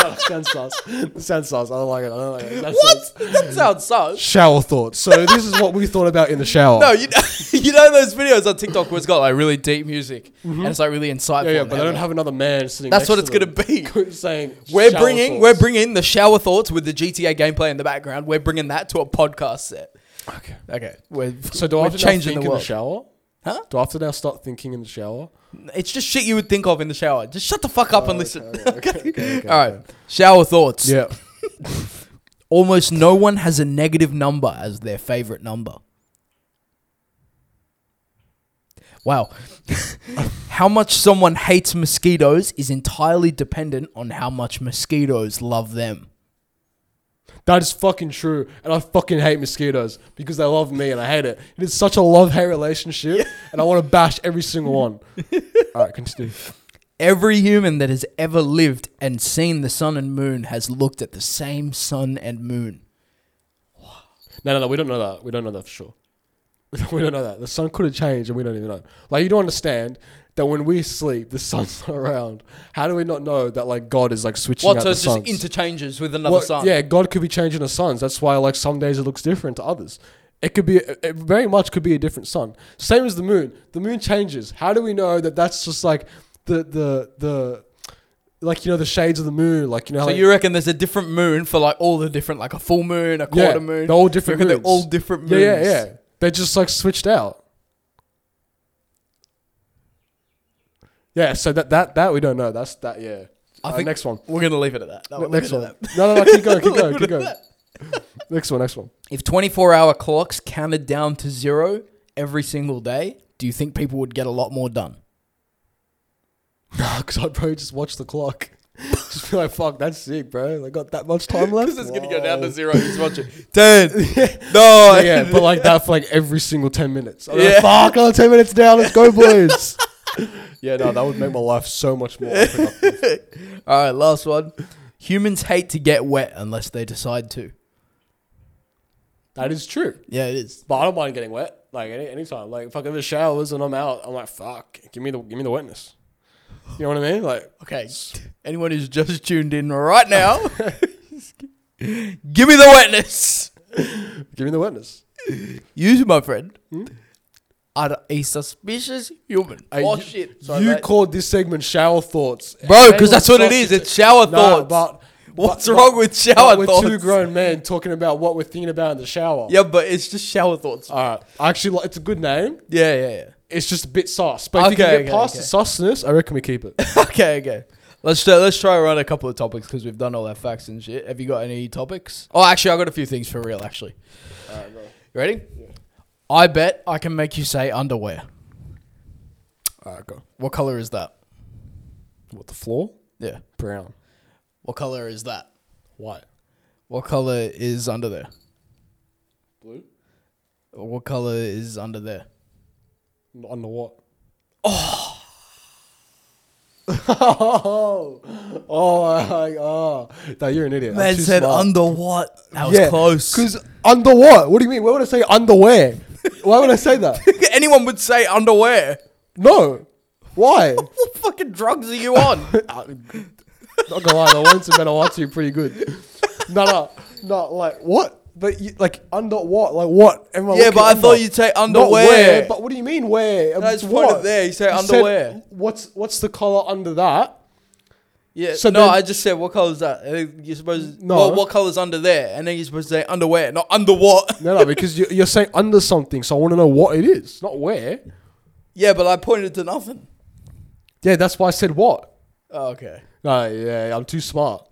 Speaker 1: that sounds sus. That sounds sus. I don't like it. I don't like it. That sounds-
Speaker 2: What? That sounds sus.
Speaker 1: Shower thoughts. So this is what we thought about in the shower.
Speaker 2: No, you know, you know those videos on TikTok where it's got like really deep music and it's like really insightful.
Speaker 1: Mm-hmm. yeah, yeah,
Speaker 2: and
Speaker 1: but I don't
Speaker 2: heavy.
Speaker 1: have another man sitting.
Speaker 2: That's what it's gonna be. We're bringing we're bringing the shower thoughts with the GTA gameplay in the background. We're bringing that to a podcast set.
Speaker 1: We're okay.
Speaker 2: Okay, we're
Speaker 1: So do I
Speaker 2: we're
Speaker 1: have to now think in the shower?
Speaker 2: Huh?
Speaker 1: Do I have to now start thinking in the shower? Oh,
Speaker 2: It's just shit you would think of in the shower. Just shut the fuck up and listen.
Speaker 1: okay, okay, okay, okay.
Speaker 2: All right, shower thoughts.
Speaker 1: Yeah.
Speaker 2: Almost no one has a negative number as their favorite number. Wow. how much someone hates mosquitoes is entirely dependent on how much mosquitoes love them.
Speaker 1: That is fucking true. And I fucking hate mosquitoes because they love me and I hate it. It is such a love hate relationship and I want to bash every single one. All right, continue.
Speaker 2: Every human that has ever lived and seen the sun and moon has looked at the same sun and moon.
Speaker 1: No, no, no. We don't know that. We don't know that for sure. We don't know that. The sun could have changed and we don't even know. Like, you don't understand that when we sleep, the sun's not around. How do we not know that, like, God is, like, switching
Speaker 2: What?
Speaker 1: out
Speaker 2: So
Speaker 1: the
Speaker 2: it's just
Speaker 1: suns?
Speaker 2: interchanges with another
Speaker 1: Well,
Speaker 2: sun.
Speaker 1: Yeah, God could be changing the suns. That's why, like, some days it looks different to others. It could be, it very much could be a different sun. Same as the moon. The moon changes. How do we know that that's just like the, the, the, like, you know, the shades of the moon? Like, you know, how
Speaker 2: So
Speaker 1: they-
Speaker 2: you reckon there's a different moon for like all the different, like a full moon, a
Speaker 1: yeah,
Speaker 2: quarter moon.
Speaker 1: They're all
Speaker 2: You
Speaker 1: different
Speaker 2: reckon
Speaker 1: moons.
Speaker 2: they're all different
Speaker 1: yeah,
Speaker 2: moons.
Speaker 1: yeah, yeah. They're just, like, switched out. Yeah, so that, that, that we don't know. That's that, yeah.
Speaker 2: I
Speaker 1: Uh,
Speaker 2: think-
Speaker 1: next one.
Speaker 2: We're gonna leave it at that. No, we'll leave
Speaker 1: next
Speaker 2: it at
Speaker 1: one.
Speaker 2: that.
Speaker 1: No, no, no, keep going, keep
Speaker 2: Leave
Speaker 1: going,
Speaker 2: it
Speaker 1: keep
Speaker 2: at
Speaker 1: going.
Speaker 2: that.
Speaker 1: Next one, next one.
Speaker 2: If 24 hour clocks counted down to zero every single day, do you think people would get a lot more done?
Speaker 1: Nah, because I'd probably just watch the clock. just be like, fuck, that's sick, bro. I got that much time left. Whoa.
Speaker 2: zero. He's watching. Ten. No.
Speaker 1: But yeah, but like that for like every single 10 minutes. I'm
Speaker 2: Yeah.
Speaker 1: like, fuck, another 10 minutes down. Let's go, boys. yeah, no, that would make my life so much more productive.
Speaker 2: All right, last one. Humans hate to get wet unless they decide to.
Speaker 1: that is true.
Speaker 2: Yeah, it is.
Speaker 1: But I don't mind getting wet. Like any anytime. Like fucking the showers and I'm out. I'm like, fuck, give me the give me the wetness. You know what I mean? Like
Speaker 2: Okay. Anyone who's just tuned in right now, give me the wetness.
Speaker 1: give me the wetness.
Speaker 2: You, my friend,
Speaker 1: Hmm?
Speaker 2: are a suspicious human.
Speaker 1: Hey,
Speaker 2: oh,
Speaker 1: you-
Speaker 2: shit.
Speaker 1: you
Speaker 2: Sorry, mate.
Speaker 1: called this segment shower thoughts.
Speaker 2: Bro,
Speaker 1: Anyone
Speaker 2: because that's what it
Speaker 1: thought
Speaker 2: is.
Speaker 1: you
Speaker 2: It's shower
Speaker 1: No,
Speaker 2: thoughts.
Speaker 1: but
Speaker 2: What's
Speaker 1: but-
Speaker 2: wrong with shower
Speaker 1: but we're
Speaker 2: thoughts?
Speaker 1: two grown men talking about what we're thinking about in the shower.
Speaker 2: yeah, but it's just shower thoughts.
Speaker 1: All right. I actually, like, it's a good name.
Speaker 2: Yeah, yeah,
Speaker 1: It's just a bit sauce. But if you
Speaker 2: Okay,
Speaker 1: can get
Speaker 2: okay,
Speaker 1: past
Speaker 2: okay.
Speaker 1: the sauciness, I reckon we keep it.
Speaker 2: yeah. okay, okay. Let's try, let's try around a couple of topics because we've done all our facts and shit. Have you got any topics? Oh, actually, I got a few things for real. Actually, you ready? I bet I can make you say underwear.
Speaker 1: All right, go.
Speaker 2: What color is that?
Speaker 1: What the floor?
Speaker 2: Yeah.
Speaker 1: Brown.
Speaker 2: What color is that?
Speaker 1: White.
Speaker 2: What color is under there?
Speaker 1: Blue.
Speaker 2: What color is under there?
Speaker 1: On the what? Oh. oh. my god. No, you're an idiot. I'm too smart.
Speaker 2: what? That
Speaker 1: Because under what? What do you mean? Why would I say underwear? Why would I say that?
Speaker 2: Anyone would say underwear.
Speaker 1: No. Why?
Speaker 2: What fucking drugs are you on? Uh,
Speaker 1: Not gonna lie, the ones in Vanuatu are pretty good. No, no, no. Like what? But you, like under what? Like what? Am I
Speaker 2: Yeah,
Speaker 1: looking
Speaker 2: but I
Speaker 1: under?
Speaker 2: thought you'd say
Speaker 1: Not
Speaker 2: underwear.
Speaker 1: where, but what do you mean where?
Speaker 2: No, it's
Speaker 1: what?
Speaker 2: pointed there, you say
Speaker 1: said,
Speaker 2: underwear.
Speaker 1: what's what's the color under that?
Speaker 2: yeah.
Speaker 1: so
Speaker 2: no,
Speaker 1: then-
Speaker 2: I just said what color is that? And then You're supposed
Speaker 1: No.
Speaker 2: well, what color's under there? And then you're supposed to say underwear, not under what?
Speaker 1: No, no, because you, you're saying under something, so I want to know what it is, not where.
Speaker 2: yeah, but I pointed to nothing.
Speaker 1: Yeah, that's why I said what.
Speaker 2: Oh, okay.
Speaker 1: No, yeah, I'm too smart.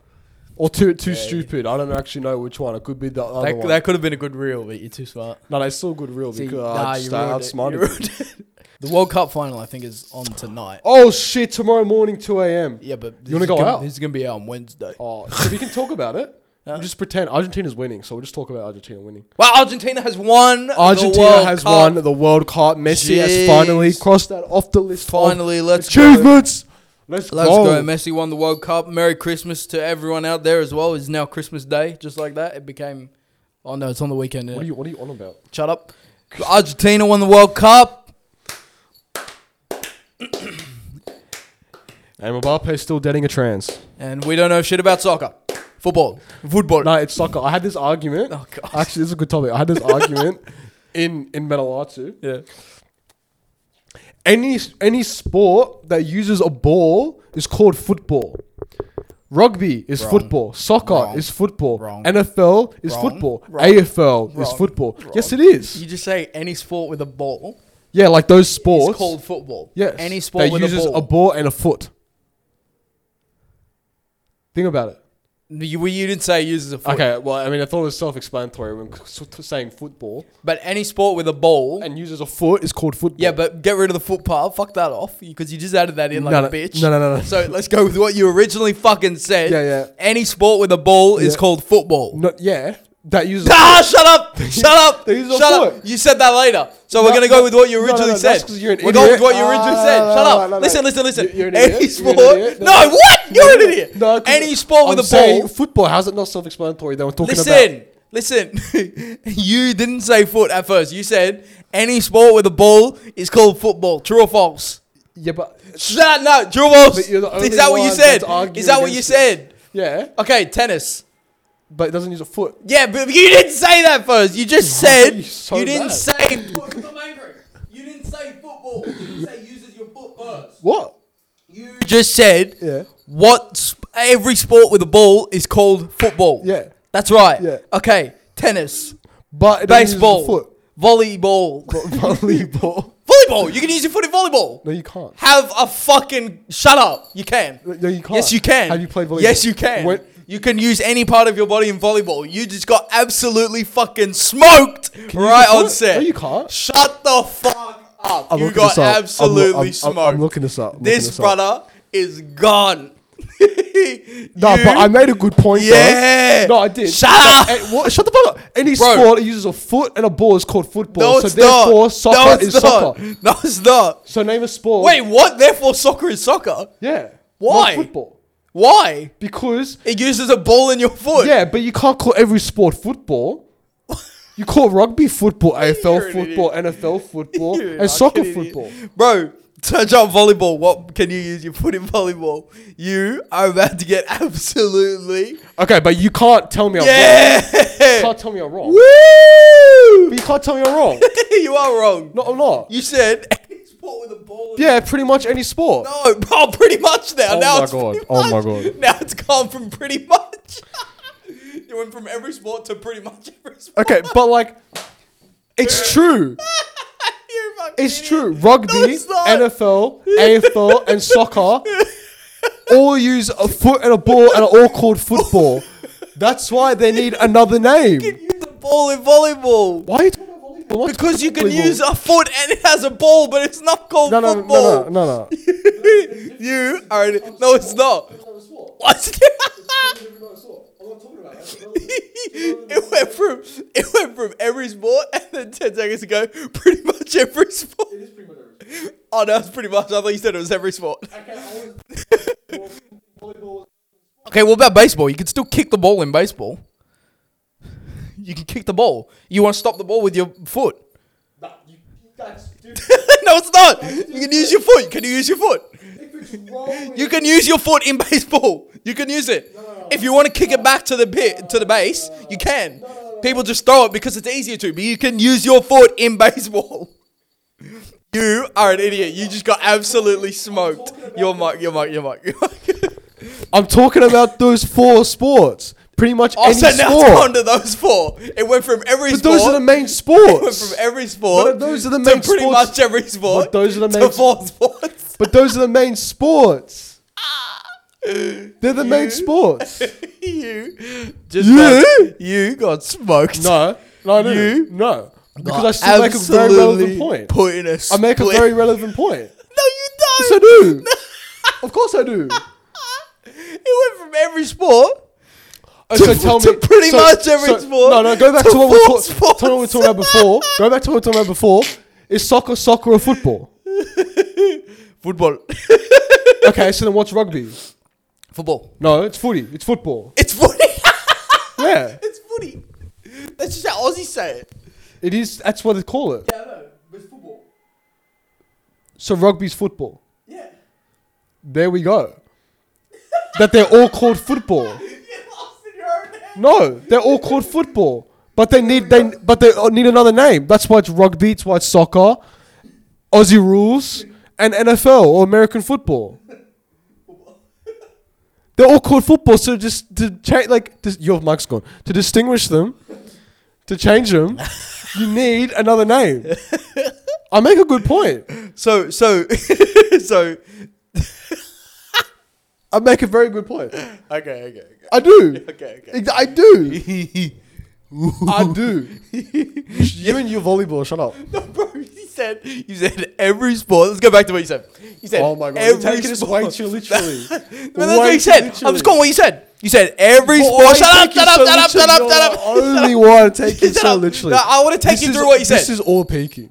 Speaker 1: Or too too stupid. I don't actually know which one. It could be the other
Speaker 2: That,
Speaker 1: one.
Speaker 2: that could have been a good reel, but you're too smart. Ah,
Speaker 1: no, that's still good real because I just
Speaker 2: ruined it.
Speaker 1: outsmarted
Speaker 2: You
Speaker 1: you.
Speaker 2: ruined it. The World Cup final, I think, is on tonight.
Speaker 1: Oh shit! Tomorrow morning, two a.m.
Speaker 2: Yeah, but this
Speaker 1: wanna
Speaker 2: is
Speaker 1: go
Speaker 2: gonna,
Speaker 1: out?
Speaker 2: This is gonna be out on Wednesday.
Speaker 1: Oh, so we can talk about it. We'll just pretend Argentina's winning, so we'll just talk about Argentina winning.
Speaker 2: Well, Argentina has won. the
Speaker 1: Argentina
Speaker 2: World
Speaker 1: has
Speaker 2: Cup.
Speaker 1: won the World Cup. Messi
Speaker 2: Jeez.
Speaker 1: has finally crossed that off the list. of
Speaker 2: Finally, let's go.
Speaker 1: achievements. Let's,
Speaker 2: Let's
Speaker 1: go.
Speaker 2: go. Messi won the World Cup. Merry Christmas to everyone out there as well. It's now Christmas Day, just like that. It became. Oh no, it's on the weekend.
Speaker 1: What
Speaker 2: What
Speaker 1: are you What are you on about?
Speaker 2: Shut up. Argentina won the World Cup.
Speaker 1: And Mbappe's still dating a trans.
Speaker 2: And we don't know shit about soccer, football, football.
Speaker 1: No, it's soccer. I had this argument.
Speaker 2: Oh god.
Speaker 1: Actually, this is a good topic. I had this argument in in Metalatu.
Speaker 2: yeah.
Speaker 1: Any any sport that uses a ball is called football. Rugby is
Speaker 2: Wrong.
Speaker 1: football. Soccer
Speaker 2: Wrong.
Speaker 1: is football.
Speaker 2: Wrong.
Speaker 1: NFL is
Speaker 2: Wrong.
Speaker 1: football.
Speaker 2: Wrong.
Speaker 1: AFL is
Speaker 2: Wrong.
Speaker 1: football.
Speaker 2: Wrong.
Speaker 1: Yes, it is.
Speaker 2: You just say any sport with a ball
Speaker 1: Yeah, like those
Speaker 2: is
Speaker 1: sports.
Speaker 2: called football.
Speaker 1: Yes.
Speaker 2: Any sport
Speaker 1: that
Speaker 2: with
Speaker 1: uses
Speaker 2: a ball.
Speaker 1: and a foot. Think about it.
Speaker 2: you, well, you didn't say uses a foot.
Speaker 1: Okay, well, I mean, I thought it was self-explanatory when s- t- saying football
Speaker 2: But any sport with a ball.
Speaker 1: and uses a foot is called football.
Speaker 2: yeah, but get rid of the foot part. Fuck that off because you just added that in like
Speaker 1: no, no,
Speaker 2: a bitch.
Speaker 1: No, no, no, no.
Speaker 2: So let's go with what you originally fucking said.
Speaker 1: Yeah, yeah.
Speaker 2: Any sport with a ball is
Speaker 1: Yeah.
Speaker 2: called football.
Speaker 1: No, yeah, that uses. a
Speaker 2: Ah, shut up! Shut up!
Speaker 1: They use a
Speaker 2: shut up!
Speaker 1: foot.
Speaker 2: You said that later. So we're
Speaker 1: No,
Speaker 2: gonna go
Speaker 1: no,
Speaker 2: with what you
Speaker 1: no, no,
Speaker 2: originally
Speaker 1: no,
Speaker 2: said.
Speaker 1: that's 'cause you're an
Speaker 2: we're going with
Speaker 1: idiot.
Speaker 2: what you originally
Speaker 1: Ah,
Speaker 2: said.
Speaker 1: no,
Speaker 2: Shut
Speaker 1: no,
Speaker 2: up!
Speaker 1: no, no,
Speaker 2: listen,
Speaker 1: no.
Speaker 2: listen, listen.
Speaker 1: You- you're an
Speaker 2: Any
Speaker 1: idiot. You're
Speaker 2: sport?
Speaker 1: an idiot.
Speaker 2: No,
Speaker 1: No, no.
Speaker 2: what? You're an idiot.
Speaker 1: No, 'cause
Speaker 2: Any sport
Speaker 1: I'm
Speaker 2: with a
Speaker 1: saying
Speaker 2: ball.
Speaker 1: Football. How's it not self-explanatory? Then we're talking about.
Speaker 2: Listen, listen. you didn't say foot at first. You said any sport with a ball is called football. True or false?
Speaker 1: Yeah, but
Speaker 2: Shut no, true or false?
Speaker 1: But you're the only
Speaker 2: Is that what you
Speaker 1: one
Speaker 2: said?
Speaker 1: that's arguing
Speaker 2: Is that what you
Speaker 1: against it.
Speaker 2: said?
Speaker 1: yeah,
Speaker 2: Okay, tennis.
Speaker 1: but it doesn't use a foot.
Speaker 2: Yeah, but you didn't say that first. You just
Speaker 1: Why are
Speaker 2: said you,
Speaker 1: you so
Speaker 2: didn't
Speaker 1: mad?
Speaker 2: say. I'm angry. You didn't say football. You didn't say uses your foot first.
Speaker 1: What?
Speaker 2: You just said
Speaker 1: Yeah.
Speaker 2: what sp- every sport with a ball is called football.
Speaker 1: Yeah.
Speaker 2: that's right.
Speaker 1: Yeah.
Speaker 2: Okay, tennis,
Speaker 1: But it doesn't
Speaker 2: baseball,
Speaker 1: Use a foot.
Speaker 2: volleyball,
Speaker 1: Volleyball.
Speaker 2: volleyball. You can use your foot in volleyball.
Speaker 1: No, you can't.
Speaker 2: Have a fucking shut up. You can.
Speaker 1: No, you can't.
Speaker 2: Yes, you can.
Speaker 1: Have you played volleyball?
Speaker 2: Yes, you can.
Speaker 1: When-
Speaker 2: you can use any part of your body in volleyball. You just got absolutely fucking smoked right
Speaker 1: you do
Speaker 2: on
Speaker 1: it?
Speaker 2: set.
Speaker 1: No, you can't.
Speaker 2: Shut the fuck up.
Speaker 1: I'm
Speaker 2: you
Speaker 1: looking this up.
Speaker 2: got
Speaker 1: I'm loo-
Speaker 2: absolutely
Speaker 1: I'm- I'm-
Speaker 2: smoked.
Speaker 1: I'm looking this up. I'm looking
Speaker 2: this
Speaker 1: this up.
Speaker 2: brother is gone.
Speaker 1: No, but I made a good point. though.
Speaker 2: Yeah.
Speaker 1: No, I did.
Speaker 2: Shut
Speaker 1: No,
Speaker 2: up.
Speaker 1: eh, what? Shut the fuck up. Any
Speaker 2: Bro.
Speaker 1: sport that uses a foot and a ball is called football.
Speaker 2: No,
Speaker 1: so
Speaker 2: it's
Speaker 1: therefore,
Speaker 2: not.
Speaker 1: soccer
Speaker 2: no, it's
Speaker 1: is
Speaker 2: not.
Speaker 1: soccer.
Speaker 2: No, it's not.
Speaker 1: So name a sport.
Speaker 2: Wait, what? Therefore, soccer is soccer.
Speaker 1: Yeah.
Speaker 2: Why?
Speaker 1: Not football.
Speaker 2: Why?
Speaker 1: Because
Speaker 2: It uses a ball in your foot.
Speaker 1: yeah, but you can't call every sport football. You call rugby football,
Speaker 2: an
Speaker 1: AFL football, NFL football,
Speaker 2: You're a
Speaker 1: and soccer
Speaker 2: fucking idiot.
Speaker 1: football.
Speaker 2: Bro, touch up volleyball. What can you use your foot in volleyball? You are about to get absolutely.
Speaker 1: Okay, but you can't tell me I'm wrong. You
Speaker 2: Yeah!
Speaker 1: can't tell me I'm wrong.
Speaker 2: Woo!
Speaker 1: But you can't tell me I'm wrong.
Speaker 2: you are wrong.
Speaker 1: No, I'm not.
Speaker 2: You said any sport with a ball. in-
Speaker 1: Yeah, pretty much any sport.
Speaker 2: No, bro, pretty much now.
Speaker 1: Oh
Speaker 2: now
Speaker 1: my
Speaker 2: it's
Speaker 1: God.
Speaker 2: pretty
Speaker 1: Oh my
Speaker 2: much.
Speaker 1: God.
Speaker 2: Now it's gone from pretty much. you went from every sport to pretty much every sport.
Speaker 1: Okay, but like, it's true.
Speaker 2: You fucking
Speaker 1: It's
Speaker 2: idiot.
Speaker 1: true. Rugby,
Speaker 2: No, it's not.
Speaker 1: NFL, AFL, and soccer all use a foot and a ball and are all called football. That's why they need another name.
Speaker 2: Use the ball in volleyball.
Speaker 1: Why are you talking about volleyball? What's
Speaker 2: Because you can
Speaker 1: volleyball?
Speaker 2: use a foot and it has a ball, but it's not called
Speaker 1: no, no, no,
Speaker 2: football.
Speaker 1: no, no, no, no.
Speaker 2: you are an, no, it's not. What? it went from it went from every sport, and then ten seconds ago, pretty much every sport. Oh no, it's pretty much. I thought you said it was every sport. Okay, what about baseball? You can still kick the ball in baseball. You can kick the ball. You want to stop the ball with your foot. no, it's not. You can use your foot. Can you use your foot? You can use your foot in baseball. You can use it. If you want to kick it back to the pit to the base, you can. People just throw it because it's easier to, but you can use your foot in baseball. You are an idiot. You just got absolutely smoked. Your mic, your mic, your mic. Your mic.
Speaker 1: I'm talking about those four sports. Pretty much
Speaker 2: oh,
Speaker 1: any
Speaker 2: so now it's gone
Speaker 1: sport.
Speaker 2: to those four. It went from every
Speaker 1: But
Speaker 2: sport.
Speaker 1: those are the main
Speaker 2: it went from
Speaker 1: sports.
Speaker 2: every sport.
Speaker 1: But those are the
Speaker 2: to
Speaker 1: main
Speaker 2: pretty
Speaker 1: sports-
Speaker 2: much every sport.
Speaker 1: But those are the
Speaker 2: to
Speaker 1: main-
Speaker 2: four sports.
Speaker 1: But those are the main sports. They're the main sports.
Speaker 2: you just
Speaker 1: You?
Speaker 2: Got, you got smoked.
Speaker 1: No, no, I didn't.
Speaker 2: You
Speaker 1: no. Because
Speaker 2: Got
Speaker 1: I still make a very
Speaker 2: absolutely
Speaker 1: relevant point.
Speaker 2: Put in a
Speaker 1: I make a
Speaker 2: split.
Speaker 1: very relevant point.
Speaker 2: No, you don't.
Speaker 1: Yes, I do. of course, I do.
Speaker 2: It went from every sport.
Speaker 1: Oh,
Speaker 2: To-
Speaker 1: so tell
Speaker 2: to
Speaker 1: me,
Speaker 2: pretty
Speaker 1: so-
Speaker 2: much every
Speaker 1: so-
Speaker 2: sport
Speaker 1: No, no. Go back
Speaker 2: to
Speaker 1: to, what we
Speaker 2: four
Speaker 1: were ta-
Speaker 2: sports.
Speaker 1: tell me what we were talking about before. Go back to what we were talking about before. Is soccer soccer or football?
Speaker 2: Football.
Speaker 1: Okay, so then what's rugby?
Speaker 2: Football.
Speaker 1: No, it's footy. It's football.
Speaker 2: It's footy.
Speaker 1: Yeah,
Speaker 2: it's footy. That's just how Aussies say it.
Speaker 1: it is. That's what they call it.
Speaker 2: Yeah, I know. But it's football.
Speaker 1: So rugby's football.
Speaker 2: Yeah.
Speaker 1: there we go. that they're all called football. No, they're all called football, but they need they but they need another name. That's why it's rugby. It's why it's soccer, Aussie rules, and NFL or American football. They're all called football, so just to change like dis- your mic's gone to distinguish them, to change them, you need another name. I make a good point.
Speaker 2: So so so
Speaker 1: I make a very good point.
Speaker 2: okay okay
Speaker 1: I do.
Speaker 2: okay okay.
Speaker 1: Ex- I do.
Speaker 2: okay.
Speaker 1: I do. You and your volleyball. Shut up.
Speaker 2: no, bro, you said you said every sport. Let's go back to what you said. You said
Speaker 1: Oh my god, you're
Speaker 2: every
Speaker 1: taking this
Speaker 2: sport.
Speaker 1: way too literally.
Speaker 2: No, that's what
Speaker 1: Way
Speaker 2: you
Speaker 1: too
Speaker 2: said. I'm
Speaker 1: literally.
Speaker 2: just going what you said. You said every
Speaker 1: Why are
Speaker 2: sport.
Speaker 1: you
Speaker 2: Shut up!
Speaker 1: taking
Speaker 2: Shut up!
Speaker 1: so
Speaker 2: Shut up! Shut up!
Speaker 1: literally? You're the
Speaker 2: Shut up!
Speaker 1: Only one taking
Speaker 2: Shut
Speaker 1: so
Speaker 2: up.
Speaker 1: literally.
Speaker 2: No, I wanna take
Speaker 1: This
Speaker 2: you
Speaker 1: is-
Speaker 2: through what you
Speaker 1: This
Speaker 2: said.
Speaker 1: is all peaking.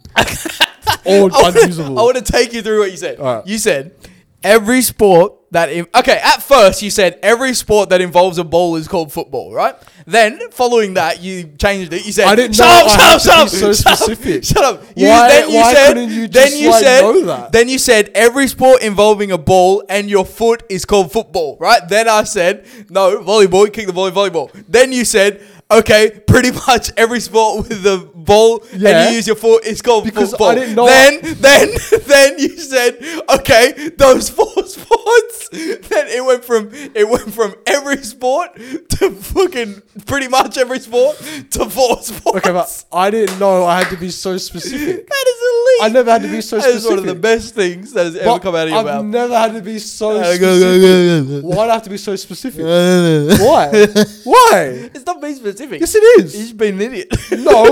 Speaker 1: all
Speaker 2: I wanna-
Speaker 1: unusable.
Speaker 2: I want to take you through what you said.
Speaker 1: Alright.
Speaker 2: You said every sport that Im- okay. At first, you said every sport that involves a ball is called football, right? Then, following that, you changed it. You said
Speaker 1: I didn't
Speaker 2: shut
Speaker 1: know
Speaker 2: up,
Speaker 1: I
Speaker 2: shut
Speaker 1: had
Speaker 2: up,
Speaker 1: to
Speaker 2: shut up,
Speaker 1: be so
Speaker 2: shut up,
Speaker 1: specific.
Speaker 2: Shut up. You,
Speaker 1: Why-
Speaker 2: then you
Speaker 1: why
Speaker 2: said,
Speaker 1: couldn't you
Speaker 2: then
Speaker 1: just,
Speaker 2: you
Speaker 1: like,
Speaker 2: said,
Speaker 1: know that?
Speaker 2: then you said every sport involving a ball and your foot is called football, right? Then I said no volleyball. You kick the volley, volleyball. Then you said. Okay, pretty much every sport with the ball
Speaker 1: Yeah.
Speaker 2: and you use your foot is called
Speaker 1: Because I
Speaker 2: football.
Speaker 1: didn't know
Speaker 2: then then then you said okay those four sports then it went from it went from every sport to fucking pretty much every sport to four sports
Speaker 1: okay, but I didn't know I had to be so specific.
Speaker 2: that is elite
Speaker 1: I never had to be so
Speaker 2: that is one of the
Speaker 1: specific.
Speaker 2: best things that has ever
Speaker 1: But
Speaker 2: come out of your
Speaker 1: I've
Speaker 2: mouth
Speaker 1: never had to be so
Speaker 2: Uh, go, go,
Speaker 1: specific. Why do I have to be so specific? Why? Why?
Speaker 2: it's not being specific
Speaker 1: Yes, it is.
Speaker 2: he's been an idiot
Speaker 1: No.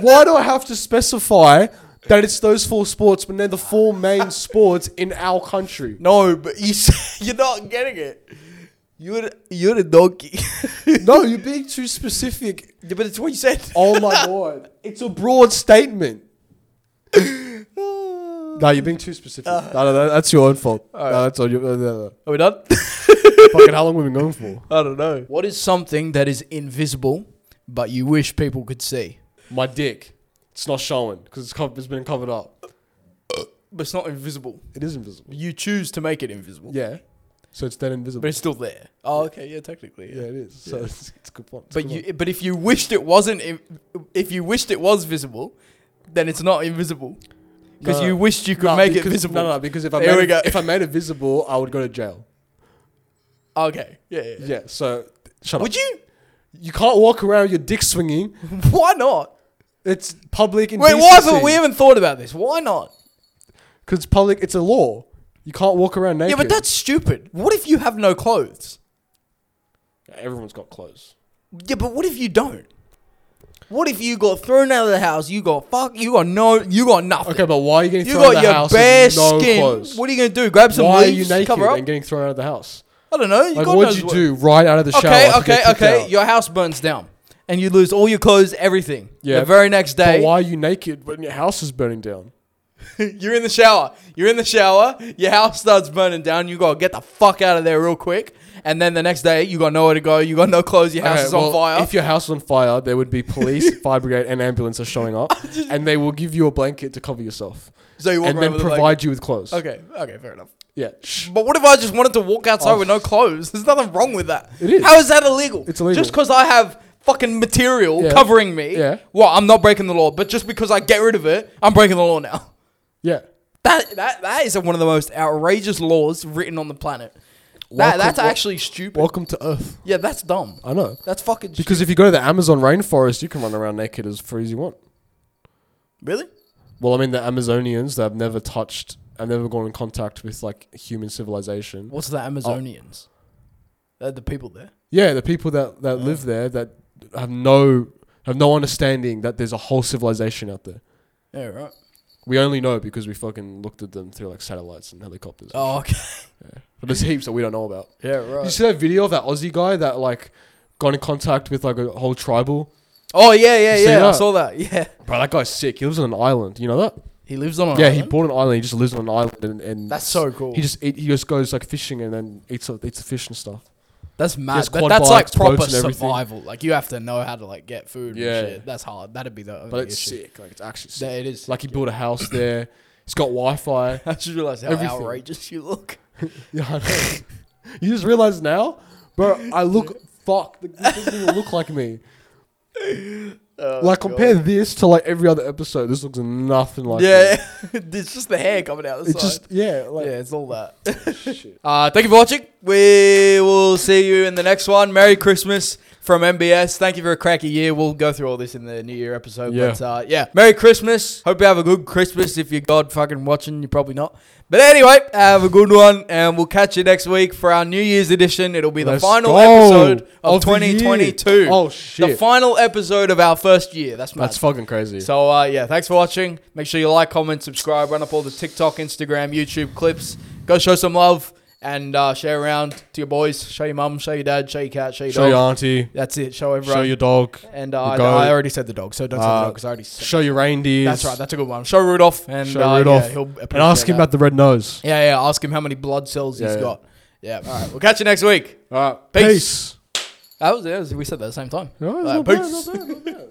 Speaker 1: Why do I have to specify that it's those four sports when they're the four main sports in our country?
Speaker 2: no but you s- you're not getting it you're you're a donkey
Speaker 1: No, you're being too specific.
Speaker 2: Yeah, but it's what you said
Speaker 1: Oh my god. It's a broad statement.
Speaker 2: Oh.
Speaker 1: No, you're being too specific.
Speaker 2: Uh.
Speaker 1: no, no, no, that's your own fault. No, that's on you. No, no, no.
Speaker 2: are we done
Speaker 1: Fucking how long have we been going for?
Speaker 2: I don't know. What is something that is invisible but you wish people could see?
Speaker 1: My dick. It's not showing because it's, cov- it's been covered up.
Speaker 2: But it's not invisible.
Speaker 1: It is invisible.
Speaker 2: You choose to make it invisible.
Speaker 1: Yeah. So it's then invisible.
Speaker 2: But it's still there. Oh, okay, yeah, technically. Yeah.
Speaker 1: yeah, it is. So it's, it's a good point. It's a
Speaker 2: But
Speaker 1: good
Speaker 2: you but if you wished it wasn't in- if you wished it was visible, then it's not invisible. Because
Speaker 1: No.
Speaker 2: you wished you could
Speaker 1: No,
Speaker 2: make it
Speaker 1: because-
Speaker 2: visible.
Speaker 1: No, no, because if I
Speaker 2: There
Speaker 1: made
Speaker 2: we
Speaker 1: it,
Speaker 2: go.
Speaker 1: if I made it visible, I would go to jail.
Speaker 2: Okay. Yeah, yeah. yeah.
Speaker 1: Yeah. So shut
Speaker 2: Would
Speaker 1: up.
Speaker 2: you?
Speaker 1: You can't walk around with your dick swinging.
Speaker 2: Why not?
Speaker 1: It's public
Speaker 2: Wait,
Speaker 1: indecency.
Speaker 2: why haven't we haven't thought about this? Why not?
Speaker 1: Because public, it's a law. You can't walk around naked.
Speaker 2: Yeah, but that's stupid. What if you have no clothes?
Speaker 1: everyone's got clothes.
Speaker 2: Yeah, but what if you don't? What if you got thrown out of the house? You got fuck. You got no. You got nothing.
Speaker 1: Okay, but why are you getting
Speaker 2: you
Speaker 1: thrown out
Speaker 2: got
Speaker 1: of the
Speaker 2: your
Speaker 1: house
Speaker 2: bare
Speaker 1: with no
Speaker 2: skin.
Speaker 1: clothes?
Speaker 2: What are you gonna do? Grab some
Speaker 1: why are you
Speaker 2: leaves,
Speaker 1: naked
Speaker 2: cover up.
Speaker 1: and getting thrown out of the house?
Speaker 2: I don't know. You
Speaker 1: Like,
Speaker 2: God
Speaker 1: what'd
Speaker 2: knows
Speaker 1: you do right out of the shower?
Speaker 2: Okay,
Speaker 1: after
Speaker 2: okay,
Speaker 1: getting kicked
Speaker 2: okay.
Speaker 1: out?
Speaker 2: Your house burns down, and you lose all your clothes, everything.
Speaker 1: Yeah,
Speaker 2: The very next
Speaker 1: But
Speaker 2: day,
Speaker 1: why are you naked when your house is burning down?
Speaker 2: you're in the shower. You're in the shower. Your house starts burning down. You gotta get the fuck out of there real quick. And then the next day, you got nowhere to go. You got no clothes. Your house
Speaker 1: Okay,
Speaker 2: is
Speaker 1: well,
Speaker 2: on fire.
Speaker 1: If your house is on fire, there would be police, fire brigade, and ambulance are showing up, and they will give you a blanket to cover yourself,
Speaker 2: so you walk
Speaker 1: and then
Speaker 2: around with a
Speaker 1: provide
Speaker 2: blanket.
Speaker 1: you with clothes.
Speaker 2: Okay, okay, fair enough.
Speaker 1: Yeah. Shh.
Speaker 2: But what if I just wanted to walk outside
Speaker 1: Oh.
Speaker 2: with no clothes? There's nothing wrong with that.
Speaker 1: It is.
Speaker 2: How is that illegal?
Speaker 1: It's illegal.
Speaker 2: Just because I have fucking material
Speaker 1: Yeah.
Speaker 2: covering me.
Speaker 1: Yeah.
Speaker 2: Well, I'm not breaking the law, but just because I get rid of it, I'm breaking the law now.
Speaker 1: Yeah.
Speaker 2: That that that is one of the most outrageous laws written on the planet.
Speaker 1: Welcome-
Speaker 2: that, that's
Speaker 1: wel-
Speaker 2: actually stupid.
Speaker 1: Welcome to Earth.
Speaker 2: yeah, that's dumb.
Speaker 1: I know.
Speaker 2: That's fucking stupid.
Speaker 1: Because if you go to the Amazon rainforest, you can run around naked as free as you want.
Speaker 2: really?
Speaker 1: Well, I mean, the Amazonians, they've never touched, I've never gone in contact with like human civilization.
Speaker 2: What's the Amazonians? They're the people there.
Speaker 1: Yeah, the people that, that live
Speaker 2: Uh.
Speaker 1: there that have no have no understanding that there's a whole civilization out there.
Speaker 2: Yeah, right.
Speaker 1: We only know because we fucking looked at them through like satellites and helicopters.
Speaker 2: Oh, okay.
Speaker 1: But there's heaps that we don't know about.
Speaker 2: Yeah,
Speaker 1: You
Speaker 2: right.
Speaker 1: see that video of that Aussie guy that like got in contact with like a whole tribal?
Speaker 2: Oh, yeah, yeah,
Speaker 1: You see
Speaker 2: yeah. I
Speaker 1: that?
Speaker 2: saw that. Yeah.
Speaker 1: Bro, that guy's sick. He lives on an island. You know that?
Speaker 2: He lives on an
Speaker 1: yeah, he
Speaker 2: island?
Speaker 1: bought an island. He just lives on an island and, and
Speaker 2: That's so cool.
Speaker 1: He just eat, he just goes like fishing and then eats eats the fish and stuff.
Speaker 2: That's mad.
Speaker 1: has
Speaker 2: That,
Speaker 1: quad
Speaker 2: that's like
Speaker 1: bikes, boats
Speaker 2: proper
Speaker 1: and everything.
Speaker 2: survival. Like you have to know how to like get food.
Speaker 1: Yeah.
Speaker 2: and shit. that's hard. That'd be the. Only
Speaker 1: But it's
Speaker 2: issue.
Speaker 1: sick. Like it's actually sick.
Speaker 2: That it is.
Speaker 1: like he built a house there. He's got Wi-Fi.
Speaker 2: I just realized how
Speaker 1: Everything.
Speaker 2: outrageous you look.
Speaker 1: Yeah, I know. you just realize now, bro. I look fuck. This doesn't even look like me.
Speaker 2: Oh, Uh,
Speaker 1: like compare this to like every other episode. This looks nothing like. me.
Speaker 2: yeah, it's just the hair coming out. The
Speaker 1: It's
Speaker 2: side.
Speaker 1: just yeah. Like,
Speaker 2: yeah, it's all that.
Speaker 1: Shit.
Speaker 2: Uh, thank you for watching. We will see you in the next one. Merry Christmas from MBS. Thank you for a cracky year. We'll go through all this in the New Year episode.
Speaker 1: Yeah.
Speaker 2: But uh, yeah, Merry Christmas. Hope you have a good Christmas. If you're God fucking watching, you're probably not. But anyway, have a good one, and we'll catch you next week for our New Year's edition. It'll be the
Speaker 1: Let's
Speaker 2: final
Speaker 1: go.
Speaker 2: episode of,
Speaker 1: Of the year.
Speaker 2: 2022.
Speaker 1: Oh,
Speaker 2: The
Speaker 1: shit.
Speaker 2: final episode of our first year. That's mad.
Speaker 1: That's fucking crazy.
Speaker 2: So uh, yeah, thanks for watching. Make sure you like, comment, subscribe, run up all the TikTok, Instagram, YouTube clips. Go show some love and uh, share around to your boys. Show your mum, show your dad, show your cat, show your
Speaker 1: show
Speaker 2: dog.
Speaker 1: your auntie.
Speaker 2: That's it. Show everyone.
Speaker 1: Show your dog.
Speaker 2: and uh,
Speaker 1: your goat.
Speaker 2: I, I already said the dog, so don't say the
Speaker 1: Uh,
Speaker 2: dog because I already said.
Speaker 1: Show your reindeers.
Speaker 2: That's right. That's a good one. Show Rudolph and
Speaker 1: Show
Speaker 2: uh,
Speaker 1: Rudolph.
Speaker 2: Yeah, he'll
Speaker 1: and ask him about the red nose.
Speaker 2: yeah, yeah. Ask him how many blood cells he's
Speaker 1: Yeah, yeah.
Speaker 2: got. Yeah. All right. We'll catch you next week.
Speaker 1: All right.
Speaker 2: Peace.
Speaker 1: Peace.
Speaker 2: That was, that was we said that at the same time.
Speaker 1: No, it's
Speaker 2: All right,
Speaker 1: not bad,
Speaker 2: peace.
Speaker 1: not bad, not bad.